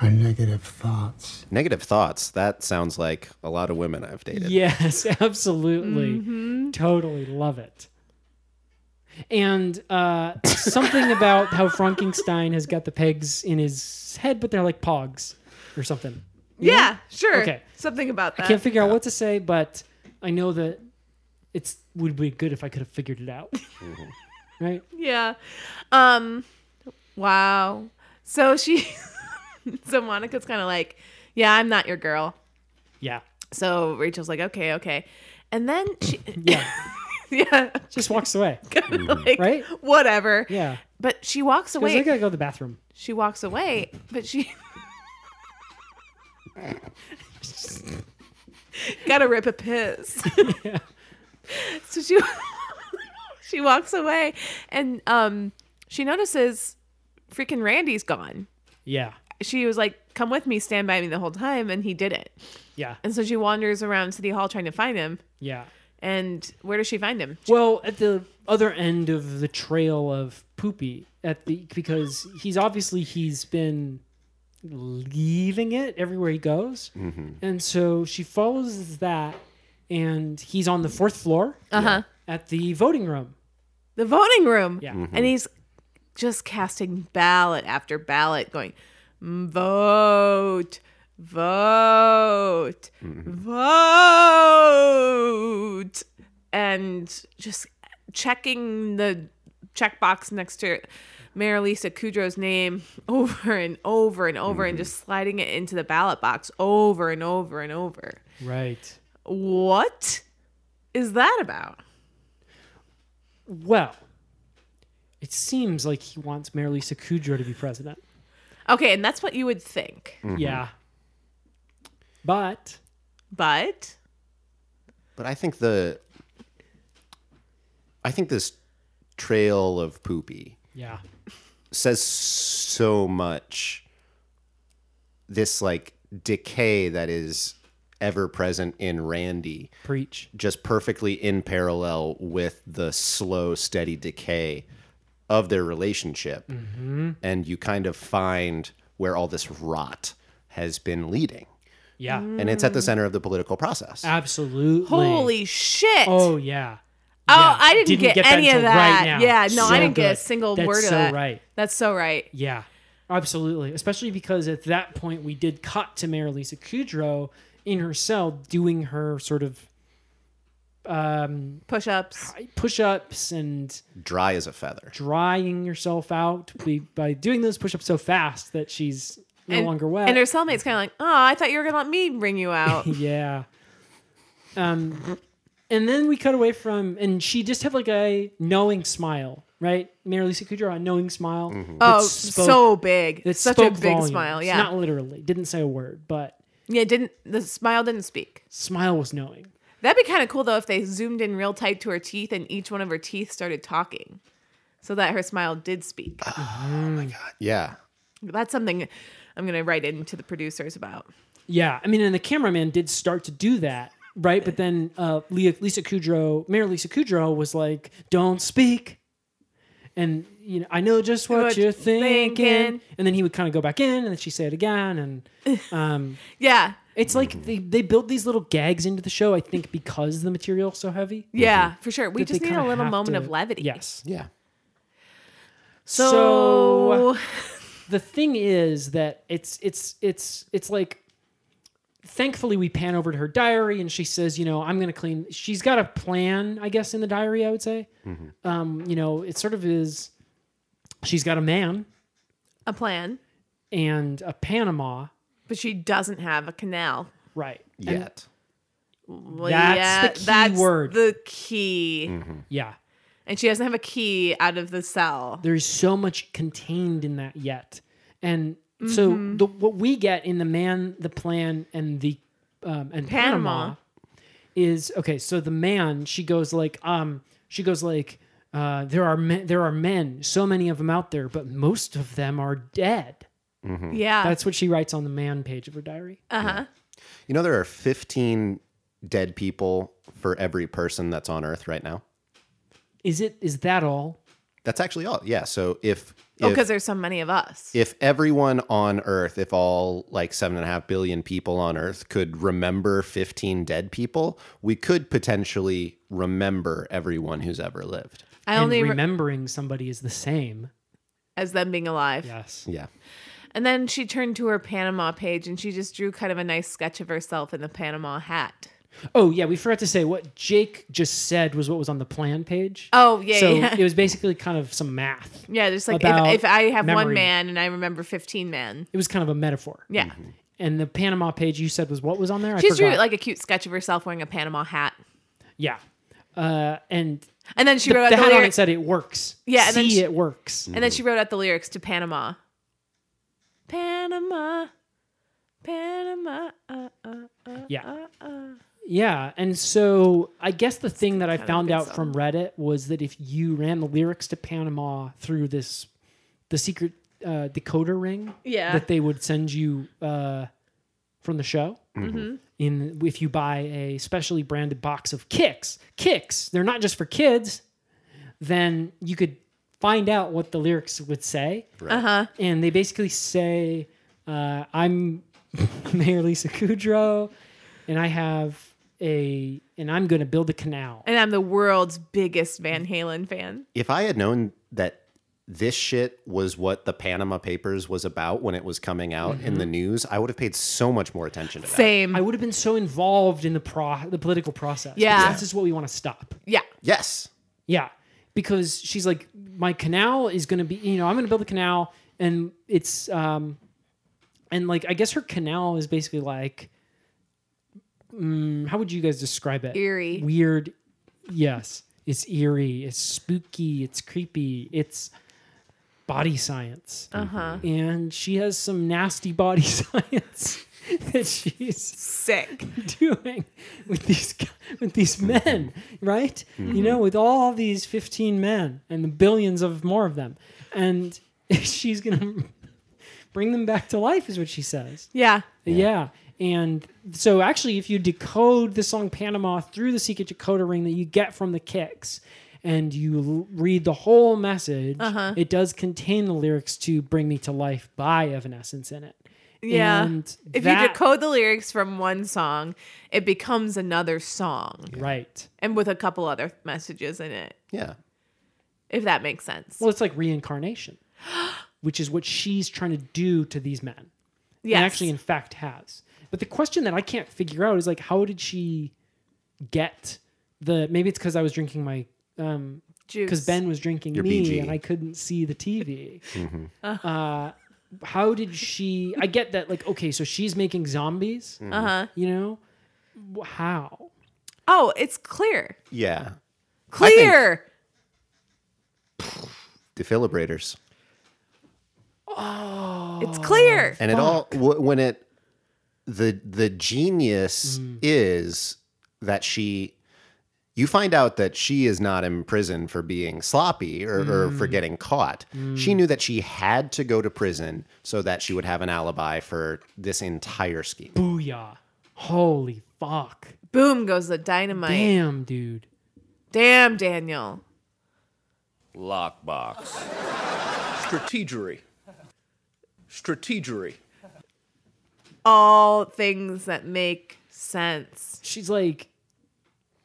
S12: are negative thoughts.
S2: Negative thoughts. That sounds like a lot of women I've dated.
S4: Yes, absolutely. Totally love it. And uh, something about how Frankenstein has got the pegs in his head, but they're like pogs or something.
S1: Yeah, sure.
S4: Okay.
S1: Something about that.
S4: I can't figure out what to say, but I know that it's would be good if I could have figured it out. right?
S1: Yeah. Um wow. So she so Monica's kind of like, "Yeah, I'm not your girl."
S4: Yeah.
S1: So Rachel's like, "Okay, okay." And then she
S4: Yeah.
S1: yeah,
S4: Just walks away.
S1: like,
S4: Right?
S1: Whatever.
S4: Yeah.
S1: But she walks
S4: She goes, I
S1: away.
S4: gotta go to the bathroom.
S1: she walks away, but she got to rip a piss. So she she walks away and um she notices freaking Randy's gone.
S4: Yeah.
S1: She was like, "Come with me, stand by me the whole time," and he didn't.
S4: Yeah.
S1: And so she wanders around City Hall trying to find him.
S4: Yeah.
S1: And where does she find him?
S4: Well, at the other end of the trail of Poopy, at the because he's obviously he's been leaving it everywhere he goes, and so she follows that, and he's on the fourth floor
S1: Uh-huh.
S4: at the voting room.
S1: The voting room.
S4: Yeah.
S1: And he's just casting ballot after ballot, going, vote, vote, vote. And just checking the checkbox next to Mayor Lisa Kudrow's name over and over and over and just sliding it into the ballot box over and over and over.
S4: Right.
S1: What is that about?
S4: Well, it seems like he wants Mary Lisa Kudrow to be president.
S1: Okay, and that's what you would think.
S4: Yeah. But
S1: But
S2: But I think the I think this trail of poopy
S4: yeah.
S2: says so much this like decay that is ever present in Randy
S4: Preach.
S2: just perfectly in parallel with the slow steady decay of their relationship
S1: Mm-hmm.
S2: and you kind of find where all this rot has been leading
S4: Yeah.
S2: and it's
S1: Mm.
S2: at the center of the political process
S1: Ah.
S4: Absolutely.
S1: holy shit.
S4: Oh yeah.
S1: Oh,
S4: Yeah.
S1: I didn't, get any
S4: until
S1: of that.
S4: Right now.
S1: yeah, no,
S4: So
S1: I didn't get a
S4: good.
S1: single
S4: That's
S1: word of
S4: so
S1: that.
S4: right.
S1: That's so right.
S4: Yeah, absolutely. Especially because at that point we did cut to Mayor Lisa Kudrow in her cell doing her sort of um,
S1: Push ups.
S4: push-ups and
S2: dry as a feather
S4: drying herself out by, by doing those push-ups so fast that she's no
S1: and,
S4: longer wet.
S1: And her cellmate's kind of like, oh, I thought you were going to let me bring you out.
S4: yeah. Um, and then we cut away from, and she just had like a knowing smile, right? Mary Lisa Kudrow, a knowing smile. that
S1: oh,
S4: spoke-
S1: so big.
S4: that
S1: Such a
S4: spoke
S1: big
S4: volumes.
S1: smile. Yeah.
S4: not literally, didn't say a word, but
S1: yeah, didn't the smile didn't speak.
S4: smile was knowing.
S1: That'd be kind of cool though if they zoomed in real tight to her teeth and each one of her teeth started talking. So that her smile did speak.
S2: yeah
S1: That's something I'm going to write into the producers about.
S4: Yeah, I mean, and the cameraman did start to do that, right? But then uh, Lea- Lisa Kudrow, Mayor Lisa Kudrow, was like, "Don't speak," and you know, I know just what,
S1: What
S4: you're
S1: you
S4: thinking.
S1: thinking.
S4: And then he would kind of go back in, and then she said it again, and um,
S1: Yeah.
S4: it's like they they build these little gags into the show. I think because the material's so heavy.
S1: Yeah, for sure. We
S4: Mm-hmm. that they
S1: just need
S4: kinda
S1: a little
S4: have
S1: moment
S4: to-
S1: of levity.
S4: Yes.
S2: yeah
S1: So,
S4: the thing is that it's it's it's it's like thankfully we pan over to her diary and she says you know i'm going to clean she's got a plan i guess in the diary i would say um, you know it sort of is she's got a man
S1: a plan,
S4: and a panama
S1: but she doesn't have a canal.
S4: right And-
S2: yet
S1: Well,
S4: That's the key
S1: that's
S4: word.
S1: The key,
S4: yeah
S1: and she doesn't have a key out of the cell.
S4: there's so much contained in that yet and so
S1: Mm-hmm.
S4: the, what we get in the man the plan and the um, and
S1: Panama.
S4: panama. is okay so the man she goes like um she goes like uh, there are men, there are men, so many of them out there, but most of them are dead.
S1: Yeah,
S4: Mm-hmm. That's what she writes on the man page of her diary.
S1: uh,
S2: you know there are 15 dead people for every person that's on earth right now
S4: Is it is that all?
S2: that's actually all yeah so if
S1: oh,
S2: if-
S1: because there's so many of us.
S2: if everyone on earth if all like seven and a half billion people on earth could remember 15 dead people we could potentially remember everyone who's ever lived
S1: I
S4: and
S1: only re-
S4: remembering somebody is the same.
S1: as them being alive.
S4: Yes.
S2: yeah
S1: And then she turned to her Panama page and she just drew kind of a nice sketch of herself in the Panama hat.
S4: Oh yeah, we forgot to say what Jake just said was what was on the plan page.
S1: Oh, yeah,
S4: so
S1: yeah.
S4: it was basically kind of some math.
S1: Yeah, just like
S4: about
S1: if, if I have one
S4: memory.
S1: man and I remember 15 men.
S4: It was kind of a metaphor.
S1: Yeah.
S4: And the Panama page you said was what was on there?
S1: She
S4: Mm-hmm. I forgot.
S1: drew like a cute sketch of herself wearing a Panama hat.
S4: yeah, uh, and
S1: And then she
S4: the,
S1: wrote out
S4: the
S1: the
S4: hat on
S1: lyric-
S4: it said it works.
S1: Yeah,
S4: see
S1: and then she-
S4: it works.
S1: And then she wrote out the lyrics to Panama. Panama. Panama. Uh, uh, uh,
S4: Yeah.
S1: Uh, uh.
S4: Yeah, and so I guess the thing that I
S1: of a
S4: found
S1: good
S4: out from Reddit was that if you ran the lyrics to Panama through this, the secret uh, decoder ring,
S1: Yeah.
S4: that they would send you uh, from the show. Mm-hmm.
S1: Mhm.
S4: In if you buy a specially branded box of kicks, kicks, they're not just for kids. Then you could find out what the lyrics would say.
S1: Uh huh.
S4: And they basically say, uh, I'm Mayor Lisa Kudrow, and I have a, and I'm going to build a canal.
S1: And I'm the world's biggest Van Halen fan.
S2: If I had known that this shit was what the Panama Papers was about when it was coming out in the news, I would have paid so much more attention to that.
S1: Same.
S4: I would have been so involved in the pro, the political process.
S1: Yeah.
S4: because This is what we want to stop.
S1: Yeah.
S2: Yes.
S4: Yeah. Because she's like, my canal is going to be, you know, I'm going to build a canal and it's, um, and like, I guess her canal is basically like, mm, how would you guys describe it?
S1: Eerie.
S4: Weird. Yes. It's eerie. It's spooky. It's creepy. It's body science.
S1: Uh huh.
S4: And she has some nasty body science that she's
S1: Sick.
S4: doing with these with these men, right?
S1: Mm-hmm.
S4: You know, with all these 15 men and the billions of more of them. And she's going to bring them back to life is what she says.
S1: Yeah.
S4: Yeah. And so actually if you decode the song Panama through the secret decoder ring that you get from the kicks and you l- read the whole message,
S1: Uh-huh.
S4: it does contain the lyrics to Bring Me to Life by Evanescence in it.
S1: Yeah.
S4: And
S1: if you
S4: that-
S1: decode the lyrics from one song, it becomes another song
S4: right.
S1: and with a couple other messages in it,
S2: Yeah.
S1: if that makes sense.
S4: Well, it's like reincarnation, which is what she's trying to do to these men.
S1: yes.
S4: And actually, in fact, has. But the question that I can't figure out is like, how did she get the? Maybe it's because I was drinking my. um
S1: Juice.
S4: because Ben was drinking
S2: Your
S4: me
S2: BG.
S4: and I couldn't see the TV. Uh, how did she? I get that. Like, okay, so she's making zombies.
S1: Uh huh.
S4: You know, Wh- how?
S1: Oh, it's clear.
S2: Yeah. think-
S1: Clear.
S2: Defibrillators.
S1: It's clear.
S4: Oh.
S2: And it all w- when it the the genius is that she you find out that she is not in prison for being sloppy or, or for getting caught. She knew that she had to go to prison so that she would have an alibi for this entire scheme.
S4: Booyah! Holy fuck!
S1: Boom goes the dynamite.
S4: Damn, dude.
S1: Damn, Daniel.
S9: Lockbox. Strategery. Strategery.
S1: All things that make sense.
S4: she's like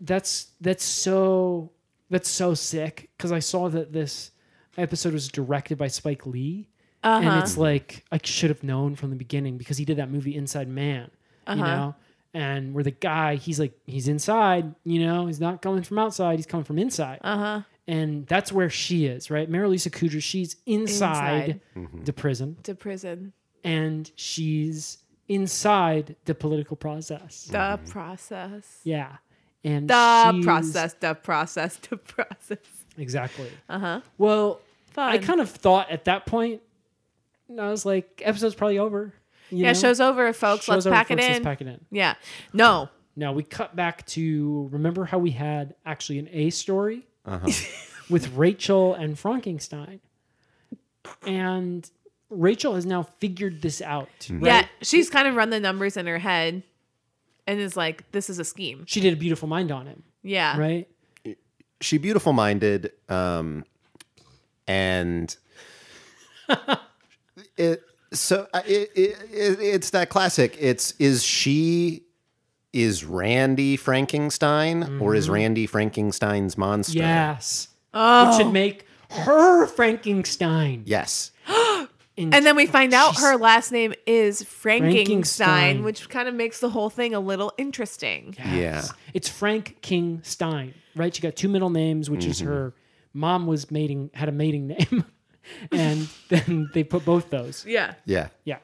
S4: that's that's so that's so sick because i saw that this episode was directed by spike lee and it's like i should have known from the beginning because he did that movie inside man you know and where the guy he's like he's inside you know he's not coming from outside he's coming from inside uh-huh and that's where she is right mary lisa kudrow she's inside, the prison
S1: To prison.
S4: and she's inside the political process
S1: The process.
S4: yeah. And
S1: The
S4: she's-
S1: process. The process. The process.
S4: Exactly. Uh huh. Well, I
S1: Uh-huh. Fun.
S4: kind of thought at that point, and I was like, episode's probably over. you
S1: yeah,
S4: know?
S1: show's over, folks. let's
S4: Show's over,
S1: pack
S4: folks,
S1: it
S4: let's
S1: in.
S4: pack it in.
S1: Yeah. No.
S4: Now we cut back to remember how we had actually an A story with Rachel and Frankenstein, and Rachel has now figured this out. Right?
S1: Yeah. She's kind of run the numbers in her head and is like, this is a scheme.
S4: She did a beautiful mind on him,
S1: Yeah.
S4: right?
S2: She beautiful minded um and it so uh, it, it, it it's that classic. It's is she is Randy Frankenstein or
S1: Mm-hmm.
S2: is Randy Frankenstein's monster?
S4: Yes.
S1: Oh.
S4: It should make her Frankenstein.
S2: Yes.
S1: and then we find out her last name is
S4: Frankenstein.
S1: Frankenstein, which kind of makes the whole thing a little interesting.
S2: Yeah.
S4: It's Frank King Stein, right? She got two middle names, which is
S2: Mhm.
S4: her mom was mating had a mating name, and then they put both those.
S1: Yeah.
S2: Yeah.
S4: Yeah,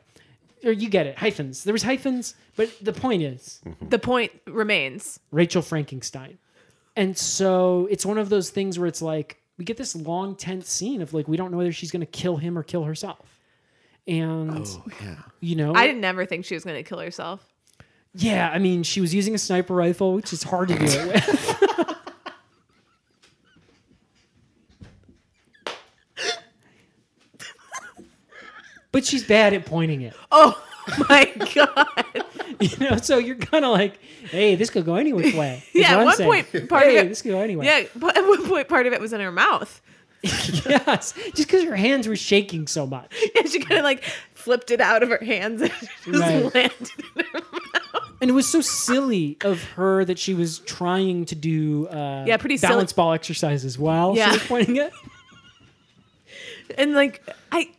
S4: or you get it. Hyphens. There was hyphens, but the point is,
S1: the point remains
S4: Rachel Frankenstein, and so it's one of those things where it's like we get this long tense scene of like we don't know whether she's going to kill him or kill herself, and
S2: Oh, yeah,
S4: you know,
S1: I didn't ever think she was going to kill herself.
S4: Yeah, I mean, she was using a sniper rifle, which is hard to deal with. but she's bad at pointing it.
S1: Oh my god!
S4: You know, so you're kind of like, hey, this could go any which way. is
S1: yeah,
S4: what
S1: at
S4: I'm
S1: one
S4: saying.
S1: point part
S4: hey,
S1: of it.
S4: this could go anyway.
S1: Yeah, but at one point part of it was in her mouth.
S4: yes, just because her hands were shaking so much.
S1: Yeah, she kind of like flipped it out of her hands and just
S4: Right.
S1: landed.
S4: And it was so silly of her that she was trying to do uh,
S1: Yeah, pretty silly.
S4: balance ball exercises while
S1: Yeah.
S4: she was pointing it.
S1: And like I,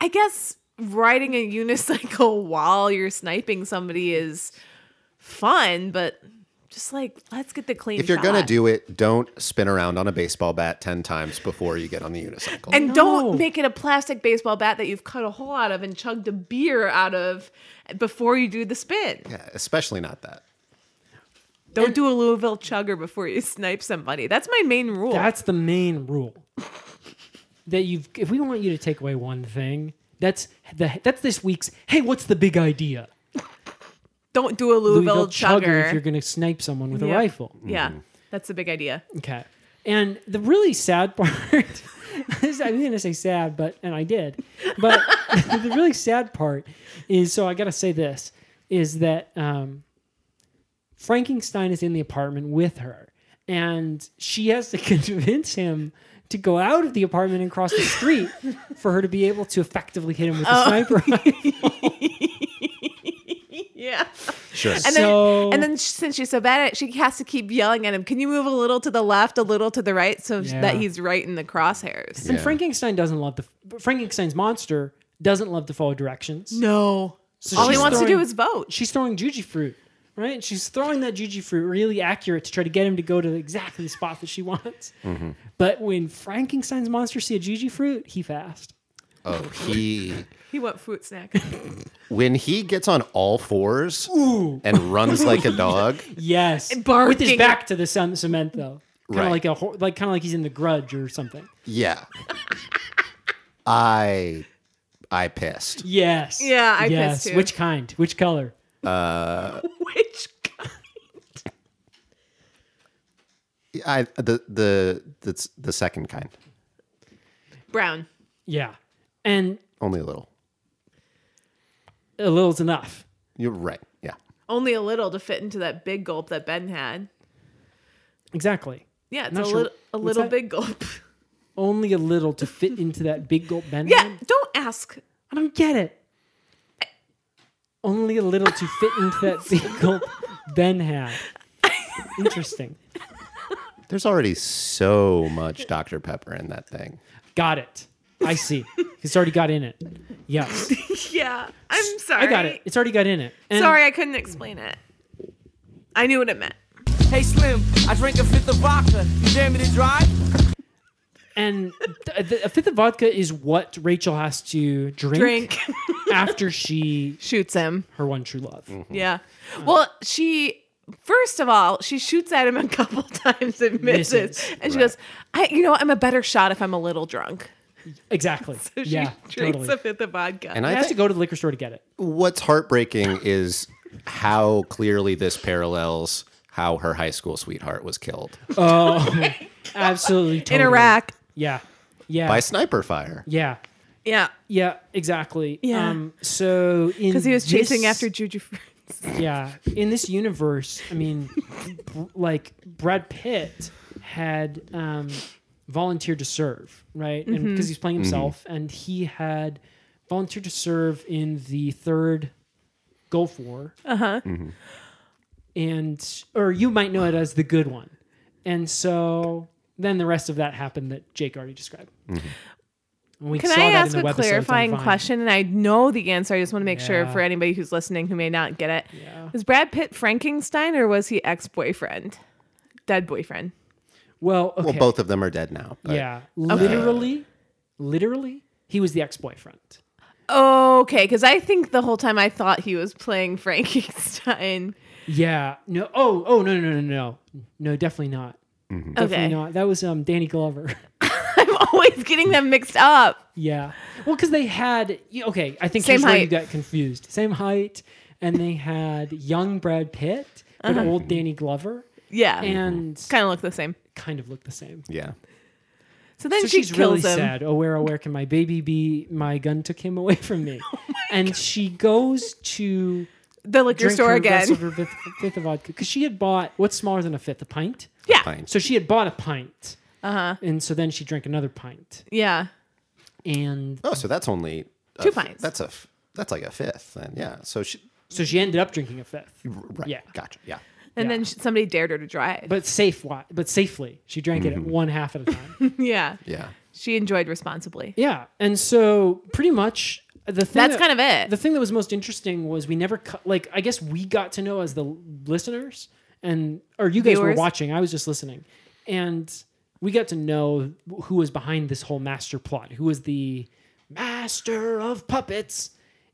S1: I guess riding a unicycle while you're sniping somebody is fun, but just like let's get the clean.
S2: If you're
S1: shot.
S2: gonna do it, don't spin around on a baseball bat ten times before you get on the unicycle.
S1: And don't make it a plastic baseball bat that you've cut a hole out of and chugged a beer out of before you do the spin.
S2: Yeah, especially not that.
S1: Don't do a Louisville chugger before you snipe somebody. That's my main rule.
S4: That's the main rule. that you've if we want you to take away one thing, that's the that's this week's hey, what's the big idea?
S1: Don't do a Louisville, chugger.
S4: if you're Mm. gonna snipe someone with a
S1: Yep.
S4: rifle.
S1: Yeah, that's a big idea.
S4: Okay. And the really sad part is I was gonna say sad, but and I did. But the really sad part is so I gotta say this is that um Frankenstein is in the apartment with her and she has to convince him to go out of the apartment and cross the street for her to be able to effectively hit him with a
S1: Oh.
S4: sniper rifle.
S1: Yeah.
S2: Sure.
S1: And then,
S4: So-
S1: and then since she's so bad at it, she has to keep yelling at him. Can you move a little to the left, a little to the right, so
S4: Yeah.
S1: that he's right in the crosshairs?
S4: And Frankenstein doesn't love the Frankenstein's monster doesn't love to follow directions.
S1: No. All he
S4: she's
S1: wants to do
S4: throwing-
S1: is vote.
S4: She's throwing juji fruit, right? And she's throwing that juji fruit really accurate to try to get him to go to exactly the spot that she wants.
S1: Mm-hmm.
S4: But when Frankenstein's monster see a juji fruit, he fast.
S2: Oh, he
S1: He went fruit snack.
S2: when he gets on all fours
S4: Ooh.
S2: and runs like a dog.
S4: Yes,
S1: Barking.
S4: with his back to the sun, cement though, kind of
S2: Right.
S4: like a hor- like kind of like he's in the Grudge or something.
S2: Yeah. I I pissed.
S4: Yes.
S1: Yeah, I
S4: yes.
S1: pissed too.
S4: Which kind? Which color?
S2: Uh
S1: Which
S2: I the the the, the second kind.
S1: brown?
S4: Yeah, and
S2: Only a little.
S4: a little's enough.
S2: You're right. Yeah.
S1: Only a little to fit into that big gulp that Ben had.
S4: Exactly.
S1: Yeah, it's a,
S4: Not
S1: lit
S4: sure-
S1: a
S4: what's
S1: little
S4: that?
S1: big gulp.
S4: Only a little to fit into that big gulp bend.
S1: Yeah, don't ask.
S4: I don't get it. Only a little to fit into that big gulp Ben had. Interesting.
S2: There's already so much Dr. Pepper in that thing.
S4: Got it. I see. It's already got in it. Yes.
S1: Yeah, I'm sorry.
S4: I got it. It's already got in it. And
S1: sorry, I couldn't explain it. I knew what it meant.
S13: Hey Slim, I drank a fifth of vodka. You dare me to drive?
S4: And th- th- a fifth of vodka is what Rachel has to drink,
S1: Drink.
S4: after she
S1: shoots him.
S4: Her one true love.
S1: Yeah. Well, she first of all, she shoots at him a couple times and misses.
S4: Misses.
S1: And she goes, I you know, what? I'm a better shot if I'm a little drunk.
S4: Exactly.
S1: So she
S4: yeah.
S1: drinks
S4: Totally.
S1: a fifth of vodka.
S2: And I
S4: has
S2: think-
S4: to go to the liquor store to get it.
S2: What's heartbreaking is how clearly this parallels how her high school sweetheart was killed
S4: Oh, absolutely. Totally.
S1: Iraq.
S4: Yeah. Yeah.
S2: by sniper fire.
S4: Yeah.
S1: Yeah.
S4: Yeah, exactly.
S1: Yeah.
S4: Um, so in
S1: Because he was chasing
S4: this-
S1: after Juju Fruits.
S4: Yeah. In this universe, I mean, br- like Brad Pitt had um, volunteered to serve, right? Because
S1: Mhm.
S4: he's playing himself, and he had volunteered to serve in the third Gulf War,
S1: Uh-huh.
S4: and or you might know it as the good one. And so then the rest of that happened that Jake already described. We
S1: Can
S4: saw
S1: I
S4: that
S1: ask
S4: in
S1: a
S4: the webisode on
S1: clarifying
S4: Vine.
S1: question? And I know the answer. I just want to make sure
S4: Yeah.
S1: for anybody who's listening who may not get it. Is Brad Pitt Frankenstein or was he ex boyfriend? Dead boyfriend.
S4: Well,
S2: Well,
S4: okay.
S2: both of them are dead now. but,
S4: yeah,
S1: Okay.
S4: literally, literally, he was the ex-boyfriend.
S1: Okay, because I think the whole time I thought he was playing Frankenstein.
S4: Yeah. No. Oh. Oh. No. No. No. No. No. No. Definitely not. Definitely
S1: Okay.
S4: not. That was um Danny Glover.
S1: Always getting them mixed up.
S4: yeah. Well, because they had y- okay. I think
S1: Same
S4: here's where you
S1: height.
S4: got confused. Same height, and they had young Brad Pitt but
S1: Uh-huh. Oh,
S4: old Danny Glover.
S1: Yeah.
S4: And
S1: kind of look the same.
S4: Kind of look the same.
S2: Yeah.
S1: So then
S4: so
S1: she
S4: she's really
S1: kills him.
S4: sad. Oh, where, oh, where can my baby be? My gun took him away from me.
S1: Oh
S4: and she goes to
S1: the liquor store again.
S4: Her fifth, fifth of vodka because she had bought what's smaller than a fifth, a pint.
S1: Yeah.
S2: Pint.
S4: So she had bought a pint,
S1: Uh huh.
S4: and so then she drank another pint,
S1: Yeah.
S4: and
S2: Oh, so that's only a
S1: Two
S2: f-
S1: pints.
S2: That's a f- that's like a fifth. Then yeah. So she
S4: so she ended up drinking a fifth.
S2: right.
S4: Yeah.
S2: Gotcha. Yeah.
S1: And then sh somebody dared her to drive.
S4: But safe, wa- but safely, she drank it at one half at a time.
S1: yeah.
S2: Yeah.
S1: She enjoyed responsibly.
S4: Yeah, and so pretty much the thing
S1: That's
S4: that-
S1: kind of it.
S4: The thing that was most interesting was we never cu- like I guess we got to know as the listeners and or you guys were
S1: Viewers.
S4: watching. I was just listening, and we got to know who was behind this whole master plot. Who was the master of puppets?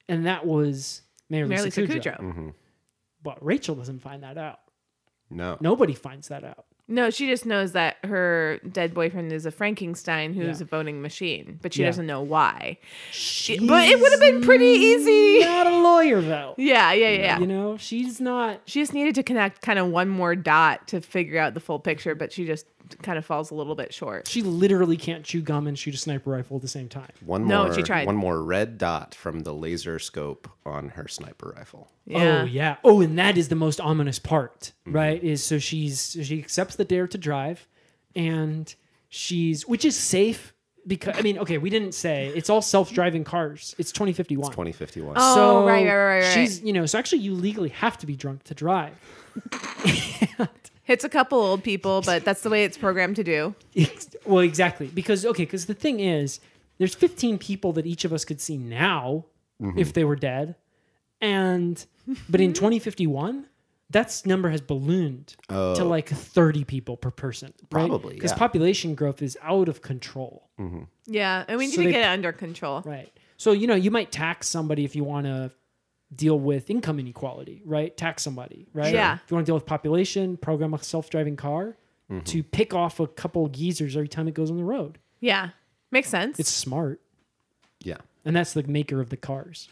S4: And that was Mayor Lisa,
S1: Mayor Lisa
S4: Kudrow.
S1: Kudrow.
S4: But Rachel doesn't find that out.
S2: No.
S4: Nobody finds that out.
S1: No, she just knows that her dead boyfriend is a Frankenstein who's
S4: Yeah.
S1: a voting machine, but she
S4: Yeah.
S1: doesn't know why. but it would have been pretty easy.
S4: Not a lawyer though.
S1: Yeah, yeah, yeah.
S4: You know, she's not
S1: She just needed to connect kind of one more dot to figure out the full picture, but she just kind of falls a little bit short.
S4: She literally can't chew gum and shoot a sniper rifle at the same time.
S2: One
S1: No,
S2: more.
S1: she tried.
S2: One more red dot from the laser scope on her sniper rifle.
S1: Yeah.
S4: Oh yeah. Oh, and that is the most ominous part, right? Is so she's she accepts the dare to drive, and she's which is safe because I mean, okay, we didn't say it's all self driving cars. It's twenty fifty one.
S2: Twenty fifty one.
S1: Oh, right, right, right, right, right.
S4: She's you know so actually you legally have to be drunk to drive.
S1: Hits a couple old people, but that's the way it's programmed to do.
S4: well, exactly because okay because the thing is there's fifteen people that each of us could see now
S2: Mm-hmm.
S4: if they were dead, and but in twenty fifty one. That's number has ballooned to
S2: Oh.
S4: like 30 people per person. right?
S2: Probably,
S4: because
S2: yeah. Mm.
S4: population growth is out of control
S1: Yeah, and we need
S4: So
S1: to
S4: they-
S1: get it under control.
S4: right so you know you might tax somebody if you want to deal with income inequality right tax somebody right
S1: Yeah.
S4: if you want to deal with population program a self-driving car
S2: Mm-hmm.
S4: to pick off a couple geezers every time it goes on the road
S1: Yeah, makes sense.
S4: it's smart
S2: Yeah.
S4: and that's the maker of the cars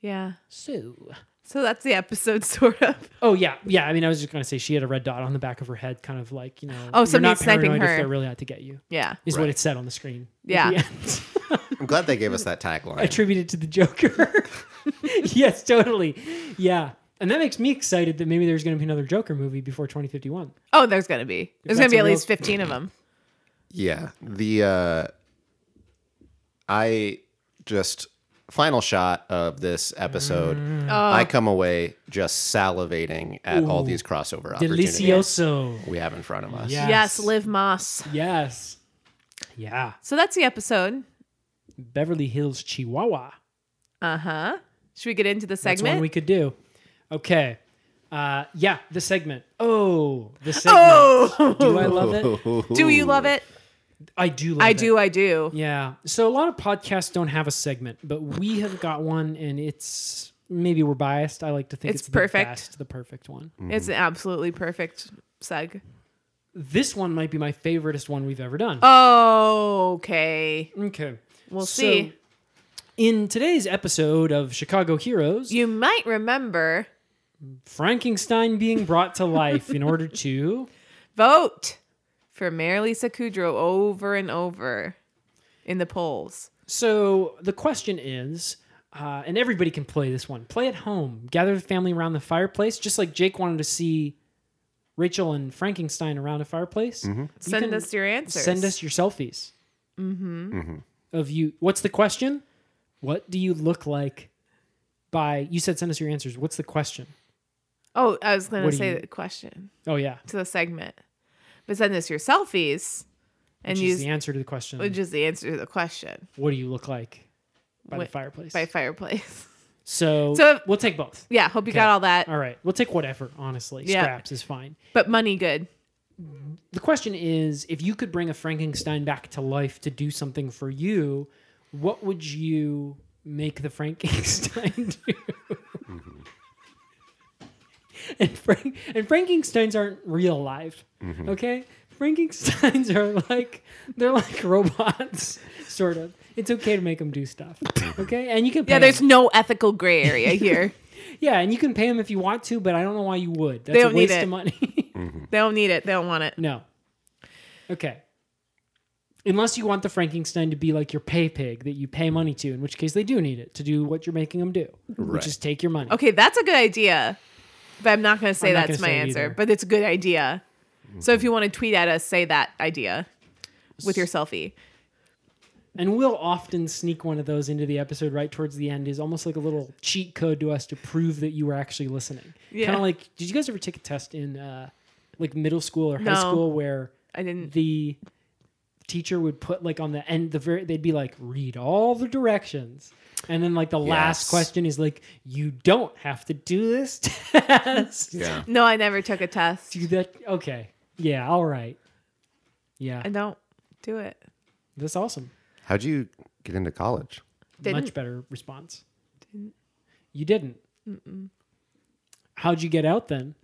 S1: yeah.
S4: so
S1: So that's the episode, sort of.
S4: oh yeah yeah i mean i was just gonna say she had a red dot on the back of her head kind of like you know
S1: Oh,
S4: you're
S1: somebody's
S4: not
S1: sniping
S4: paranoid if
S1: her.
S4: they're really out to get you
S1: Yeah.
S4: is what
S2: Right.
S4: it said on the screen at
S1: Yeah.
S4: the end.
S2: I'm glad they gave us that tagline.
S4: attributed to the Joker. yes, totally. Yeah. And that makes me excited that maybe there's going to be another Joker movie before 2051.
S1: Oh, there's gonna be. There's gonna
S4: that's
S1: be
S4: a
S1: at
S4: real-
S1: least fifteen of them.
S2: Yeah. The uh I just final shot of this episode.
S1: Mm. Oh.
S2: I come away just salivating at all
S4: Ooh.
S2: these crossover opportunities
S4: Delicioso.
S2: we have in front of us.
S4: Yeah.
S1: Yes,
S4: Yes.
S1: Liv Moss.
S4: Yes. Yeah.
S1: So that's the episode.
S4: Beverly Hills Chihuahua.
S1: Uh huh. Should we get into the
S4: That's one
S1: segment?
S4: we could do. Okay. Uh, yeah, the segment. Oh, the segment.
S1: Oh!
S4: Do I love it?
S1: do you love it?
S4: I do love
S1: I
S4: it.
S1: do. I do.
S4: Yeah. So a lot of podcasts don't have a segment, but we have got one and it's maybe we're biased. I like to think
S1: It's
S4: it's,
S1: perfect.
S4: the best, the perfect one.
S1: It's an absolutely perfect seg.
S4: This one might be my favoriteest one we've ever done.
S1: Okay.
S4: okay.
S1: Oh. We'll
S4: So,
S1: see.
S4: In today's episode of Chicago Heroes,
S1: You might remember
S4: Frankenstein being brought to life in order to
S1: vote for Mary Lisa Kudrow over and over in the polls.
S4: So the question is, uh, and everybody can play this one. Play at home. Gather the family around the fireplace, just like Jake wanted to see Rachel and Frankenstein around a fireplace. You
S1: Send
S4: can
S1: us your answers.
S4: Send us your selfies. Mm-hmm. Of you. What's the question? What do you look like? By you said send us your answers. What's the question?
S1: Oh, I was going
S4: What
S1: to
S4: do
S1: say
S4: you-
S1: the question
S4: Oh yeah.
S1: to the segment. But send us your selfies
S4: and
S1: use
S4: the answer to the question.
S1: Which is the answer to the question
S4: What do you look like by the
S1: What-
S4: fireplace?
S1: by fireplace.
S4: So,
S1: So-
S4: we'll take both.
S1: Yeah, hope you
S4: Okay.
S1: got all that.
S4: All right, we'll take whatever. Honestly,
S1: Yeah.
S4: scraps is fine.
S1: But money good.
S4: The question is, if you could bring a Frankenstein back to life to do something for you, what would you make the Frankenstein do? and Frank and Frankenstein's aren't real life.
S14: Mhm.
S4: Okay? Frankensteins are like they're like robots, sort of. It's okay to make them do stuff. Okay? And you can pay
S1: Yeah, there's
S4: 'em.
S1: no ethical gray area here.
S4: Yeah, and you can pay them if you want to, but I don't know why you would. That's
S1: They don't
S4: a
S1: need
S4: waste
S1: it.
S4: of money.
S1: They don't need it. They don't want it.
S4: No. Okay. Unless you want the Frankenstein to be like your pay pig that you pay money to, in which case they do need it to do what you're making them do,
S1: Right.
S4: which is take your money.
S1: Okay, that's a good idea. But I'm not going to say
S4: I'm not
S1: that's
S4: gonna
S1: my
S4: say it
S1: answer,
S4: either.
S1: but it's a good idea. So if you want to tweet at us, say that idea with your selfie.
S4: And we'll often sneak one of those into the episode right towards the end, is almost like a little cheat code to us to prove that you were actually listening.
S1: Yeah.
S4: Kind of like, did you guys ever take a test in uh, like middle school or high
S1: No.
S4: school where
S1: I didn't.
S4: the teacher would put like on the end the very they'd be like read all the directions and then like the last
S1: Yes.
S4: question is like you don't have to do this test
S1: Yeah. No, I never took a test.
S4: do that okay yeah all right yeah
S1: I don't do it.
S4: that's awesome
S2: How'd you get into college?
S4: much better response
S1: Didn't.
S4: you didn't
S1: Mm-mm.
S4: how'd you get out then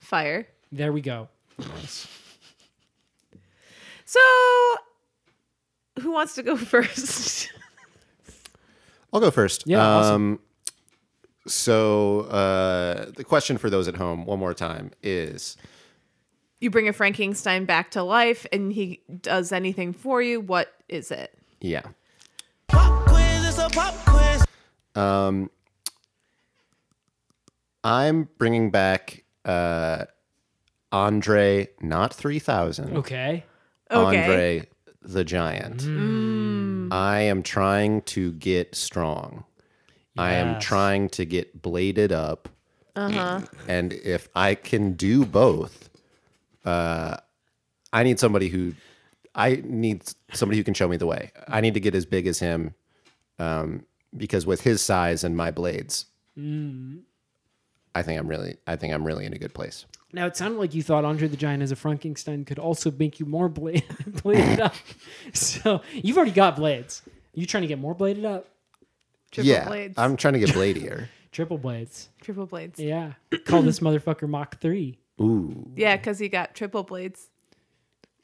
S1: Fire.
S4: there we go
S1: So who wants to go first?
S2: I'll go first.
S1: Yeah,
S2: Um, So uh, the question for those at home, one more time, is
S1: you bring a Frankenstein back to life and he does anything for you. What is it?
S2: yeah.
S13: Quiz is a pop quiz.
S2: Um, I'm bringing back uh, Andre, not three thousand.
S4: okay
S1: Okay. Mm.
S2: Andre the Giant. I am trying to get strong. I am
S1: Yes.
S2: trying to get bladed up.
S1: Uh huh.
S2: And if I can do both, uh, I need somebody who, I need somebody who can show me the way. I need to get as big as him, um, because with his size and my blades,
S4: Mm.
S2: I think I'm really, I think I'm really in a good place.
S4: Now it sounded like you thought Andre the Giant as a Frankenstein could also make you more blade, bladed up. So you've already got blades. You're trying to get more bladed up. Triple
S2: yeah,
S4: blades.
S2: I'm trying to get bladier.
S4: Triple blades.
S1: Triple blades.
S4: Yeah. Call this motherfucker Mach 3.
S2: Ooh.
S1: Yeah, because he got triple blades.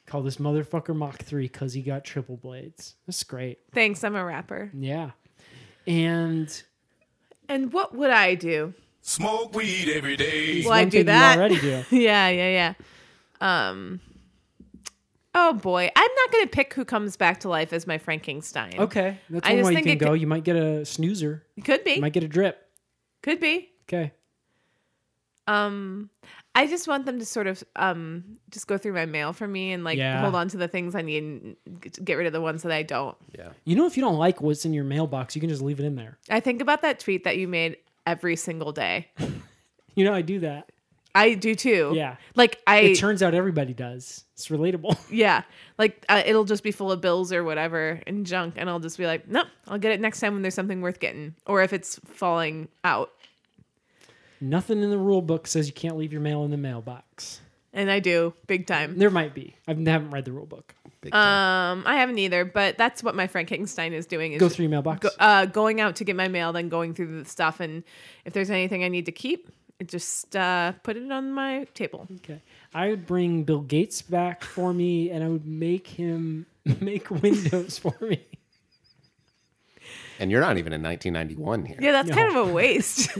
S4: Call this motherfucker Mach 3 because he got triple blades. That's great.
S1: Thanks, I'm a rapper.
S4: Yeah. And
S1: And what would I do?
S15: Smoke weed every day.
S1: Well, I do that.
S4: already do.
S1: yeah, yeah, yeah. Um. Oh boy, I'm not going to pick who comes back to life as my Frankenstein.
S4: okay, that's
S1: I
S4: one
S1: just
S4: way you
S1: think
S4: can
S1: it
S4: go.
S1: could-
S4: you might get a snoozer.
S1: Could be.
S4: You might get a drip.
S1: Could be.
S4: Okay.
S1: Um, I just want them to sort of um just go through my mail for me and like
S4: Yeah.
S1: hold on to the things I need and g- get rid of the ones that I don't.
S2: Yeah.
S4: You know, if you don't like what's in your mailbox, you can just leave it in there.
S1: I think about that tweet that you made every single day.
S4: You know, I do that.
S1: I do too.
S4: Yeah.
S1: Like I
S4: it turns out everybody does. It's relatable.
S1: Yeah. Like uh, it'll just be full of bills or whatever and junk. And I'll just be like, nope, I'll get it next time when there's something worth getting or if it's falling out.
S4: Nothing in the rule book says you can't leave your mail in the mailbox.
S1: And I do big time.
S4: There might be. I haven't read the rule book.
S1: Um, I haven't either, but that's what my Frankenstein is doing. Is
S4: Go
S1: just
S4: through your mailbox.
S1: go- uh, going out to get my mail, then going through the stuff, and if there's anything I need to keep, it just uh, put it on my table.
S4: Okay. I would bring Bill Gates back for me, and I would make him make Windows for me.
S2: And you're not even in 1991 here.
S1: Yeah, that's
S4: No.
S1: kind of a waste.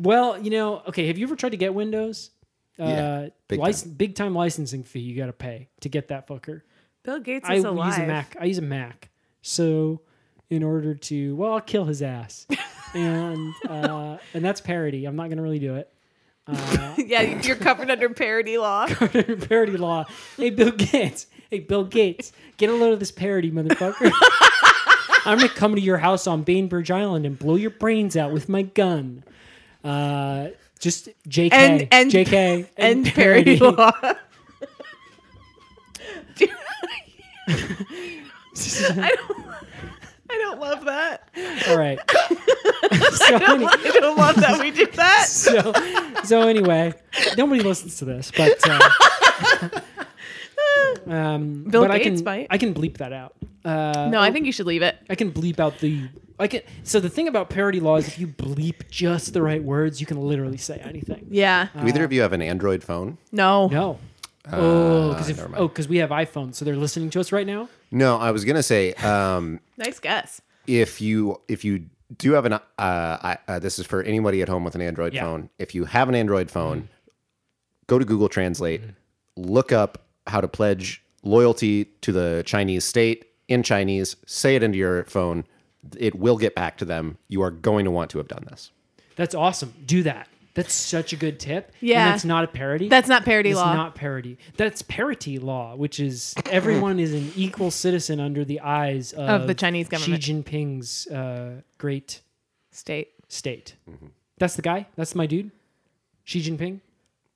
S4: Well, you know, okay. Have you ever tried to get Windows? Uh,
S2: Yeah, big
S4: lic- big time licensing fee you got to pay to get that fucker.
S1: Bill Gates
S4: I
S1: is
S4: use
S1: alive.
S4: a Mac. I use a Mac. So, in order to, well, I'll kill his ass, and uh, and that's parody. I'm not going to really do it. Uh,
S1: yeah, you're covered under parody law.
S4: parody law. Hey, Bill Gates. Hey, Bill Gates. Get a load of this parody, motherfucker. I'm gonna come to your house on Bainbridge Island and blow your brains out with my gun. Uh, just JK,
S1: End- end-
S4: JK,
S1: end parody law. I don't. I don't love that.
S4: All right.
S1: I, don't, I don't love that we did that.
S4: So, so anyway, nobody listens to this, but uh, um,
S1: Bill
S4: but I
S1: Gates
S4: can
S1: might.
S4: I can bleep that out. Uh,
S1: No, I think you should leave it.
S4: I can bleep out the I can. So the thing about parody law is if you bleep just the right words, you can literally say anything.
S1: Yeah.
S4: Uh,
S2: Do either of you have an Android phone?
S1: No.
S4: No. oh,
S2: Uh,
S4: because
S2: never mind.
S4: oh, because we have iPhones, so they're listening to us right now.
S2: No, I was gonna say um,
S1: Nice guess.
S2: if you if you do have an uh, I, uh, this is for anybody at home with an Android
S1: Yeah.
S2: phone. If you have an Android phone, go to Google Translate, look up how to pledge loyalty to the Chinese state in Chinese. Say it into your phone. It will get back to them. You are going to want to have done this.
S4: That's awesome. Do that. That's such a good tip.
S1: Yeah.
S4: And that's not a parody.
S1: That's not parody
S4: It's
S1: law.
S4: not parody. That's parity law, which is everyone is an equal citizen under the eyes of,
S1: Of the Chinese government.
S4: Xi Jinping's uh, great
S1: state.
S4: State. That's the guy. That's my dude. Xi Jinping.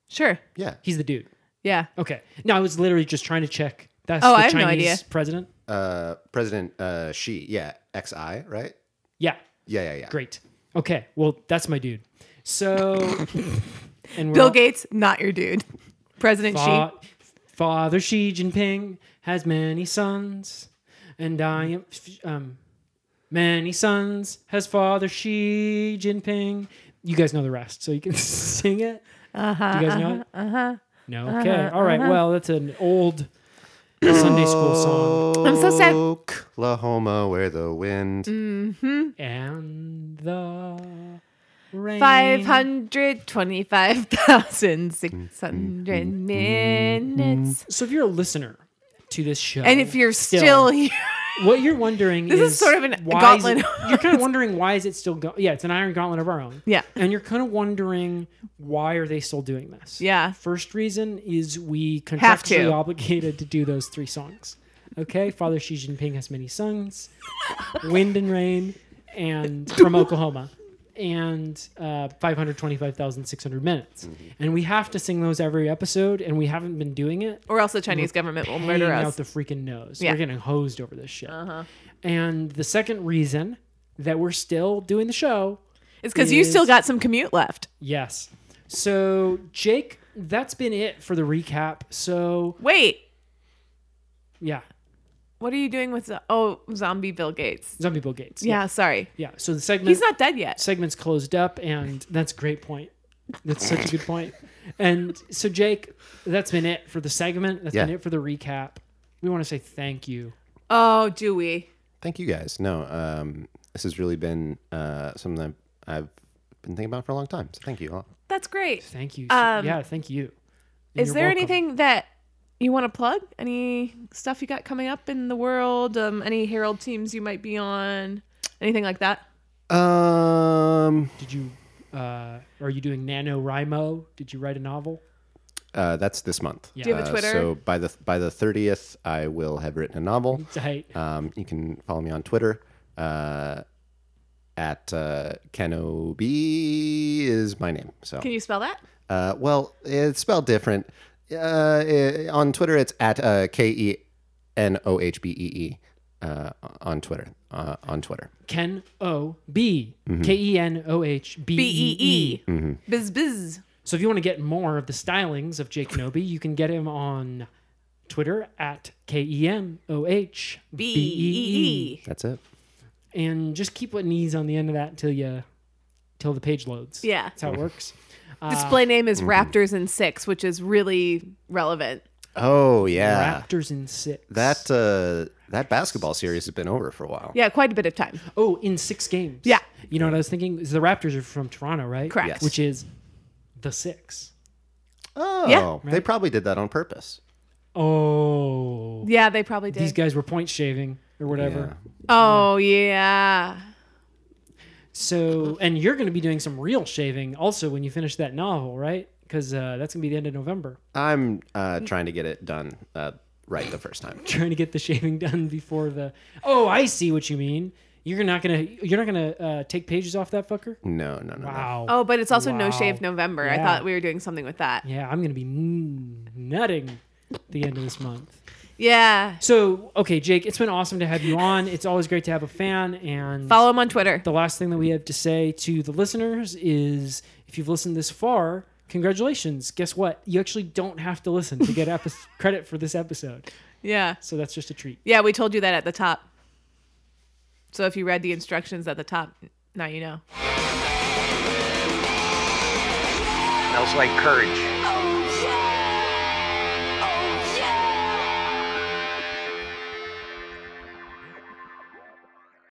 S1: Sure.
S2: Yeah.
S4: He's the dude.
S1: Yeah.
S4: Okay. No, I was literally just trying to check. That's
S1: Oh,
S4: the
S1: I have no
S4: Chinese
S1: idea.
S4: president.
S2: Uh, President uh, Xi, yeah, XI, right?
S4: Yeah.
S2: Yeah, yeah, yeah.
S4: Great. Okay. Well, that's my dude. So, and we're
S1: Bill
S4: all-
S1: Gates, not your dude. President
S4: Fa-
S1: Xi.
S4: Father Xi Jinping has many sons, and I am um, many sons has Father Xi Jinping. You guys know the rest, so you can sing it.
S1: Uh huh.
S4: Do you guys know it?
S1: Uh huh.
S4: No. Okay.
S1: Uh-huh,
S4: All right. Well, that's an old Sunday school song.
S1: I'm so sad.
S2: Oklahoma, where the wind.
S1: Mm-hmm.
S4: And the rain.
S1: Five hundred twenty-five thousand six hundred
S4: Mm-hmm.
S1: minutes.
S4: So if you're a listener to this show,
S1: And if you're still here,
S4: what you're wondering
S1: This is sort of an
S4: why is it-
S1: gauntlet.
S4: you're kind of wondering why is it still go- yeah it's an iron gauntlet of our own
S1: Yeah.
S4: and you're kind of wondering why are they still doing this
S1: Yeah.
S4: first reason is we
S1: Have to.
S4: contractually obligated to do those three songs okay father xi jinping has many sons wind and rain and from oklahoma and uh, 525600 minutes
S1: Mm-hmm.
S4: and we have to sing those every episode and we haven't been doing it
S1: or else the Chinese government will murder
S4: paying
S1: us.
S4: out the freaking nose.
S1: Yeah.
S4: We're getting hosed over this shit.
S1: Uh-huh.
S4: And the second reason that we're still doing the show
S1: It's because you still got some commute left.
S4: yes. So Jake, that's been it for the recap. So
S1: Wait,
S4: yeah,
S1: what are you doing with zo- oh zombie Bill Gates?
S4: zombie Bill Gates.
S1: Yeah, sorry,
S4: yeah. So the segment
S1: he's not dead yet.
S4: segment's closed up, and that's a great point. That's such a good point. And so Jake, that's been it for the segment. That's been
S2: Yeah.
S4: it for the recap. We want to say thank you.
S1: Oh, do we?
S2: Thank you guys. No, um, this has really been uh, something that I've been thinking about for a long time. So thank you all.
S1: That's great.
S4: Thank you.
S1: Um,
S4: yeah, thank you. And
S1: Is
S4: you're
S1: there
S4: welcome.
S1: anything that you want to plug? Any stuff you got coming up in the world? Um, any Herald teams you might be on? Anything like that?
S2: Um,
S4: Did you? Uh, are you doing NaNoWriMo? Did you write a novel?
S2: uh, that's this month.
S4: Do you
S1: have a
S2: Uh,
S1: Twitter?
S2: so by the by the thirtieth, I will have written a
S1: Mm-hmm.
S2: novel.
S4: Right.
S2: Um, you can follow me on Twitter uh, at uh, Kenob is my name. So
S1: Can you spell that?
S2: Uh, well, it's spelled different. Uh, eh, on Twitter, it's at uh, K E N O H B E E. Uh, on Twitter, uh, on Twitter.
S4: Ken O B
S2: Mm-hmm.
S4: K E N O H B E E.
S2: Mhm.
S1: Biz biz.
S4: So if you want to get more of the stylings of Jake Noby, you can get him on Twitter at K E N O H B
S1: E
S4: E
S1: B-E-E.
S2: That's it.
S4: E, and just keep putting e's on the end of that till you till the page loads.
S1: Yeah.
S4: that's how it works.
S1: Display name is Raptors in six, which is really relevant.
S2: Oh yeah,
S4: Raptors in six.
S2: that uh, that basketball series has been over for a while.
S1: Yeah, quite a bit of time.
S4: Oh, in six games.
S1: Yeah.
S4: You know what I was thinking? Is the Raptors are from Toronto, right?
S1: Correct. Yes.
S4: Which is the six.
S2: Oh,
S1: Yeah.
S2: they probably did that on purpose.
S4: Oh.
S1: Yeah, they probably did.
S4: These guys were point shaving or whatever.
S1: oh yeah.
S4: So, and you're going to be doing some real shaving also when you finish that novel, right? Because uh, that's going to be the end of November.
S2: I'm uh, trying to get it done uh, right the first time.
S4: Trying to get the shaving done before the. Oh, I see what you mean. You're not gonna. You're not gonna uh, take pages off that fucker.
S2: No, no, no.
S4: Wow.
S1: Oh, but it's also No
S4: Wow.
S1: Shave November. I
S4: Yeah.
S1: thought we were doing something with that.
S4: Yeah, I'm gonna be n- nutting the end of this month.
S1: Yeah.
S4: So, okay, Jake, it's been awesome to have you on. It's always great to have a fan and
S1: follow him on Twitter.
S4: The last thing that we have to say to the listeners is if you've listened this far, congratulations. Guess what? You actually don't have to listen to get epi- credit for this episode.
S1: Yeah.
S4: So that's just a treat.
S1: Yeah, we told you that at the top. So if you read the instructions at the top, now you know.
S14: Smells like courage.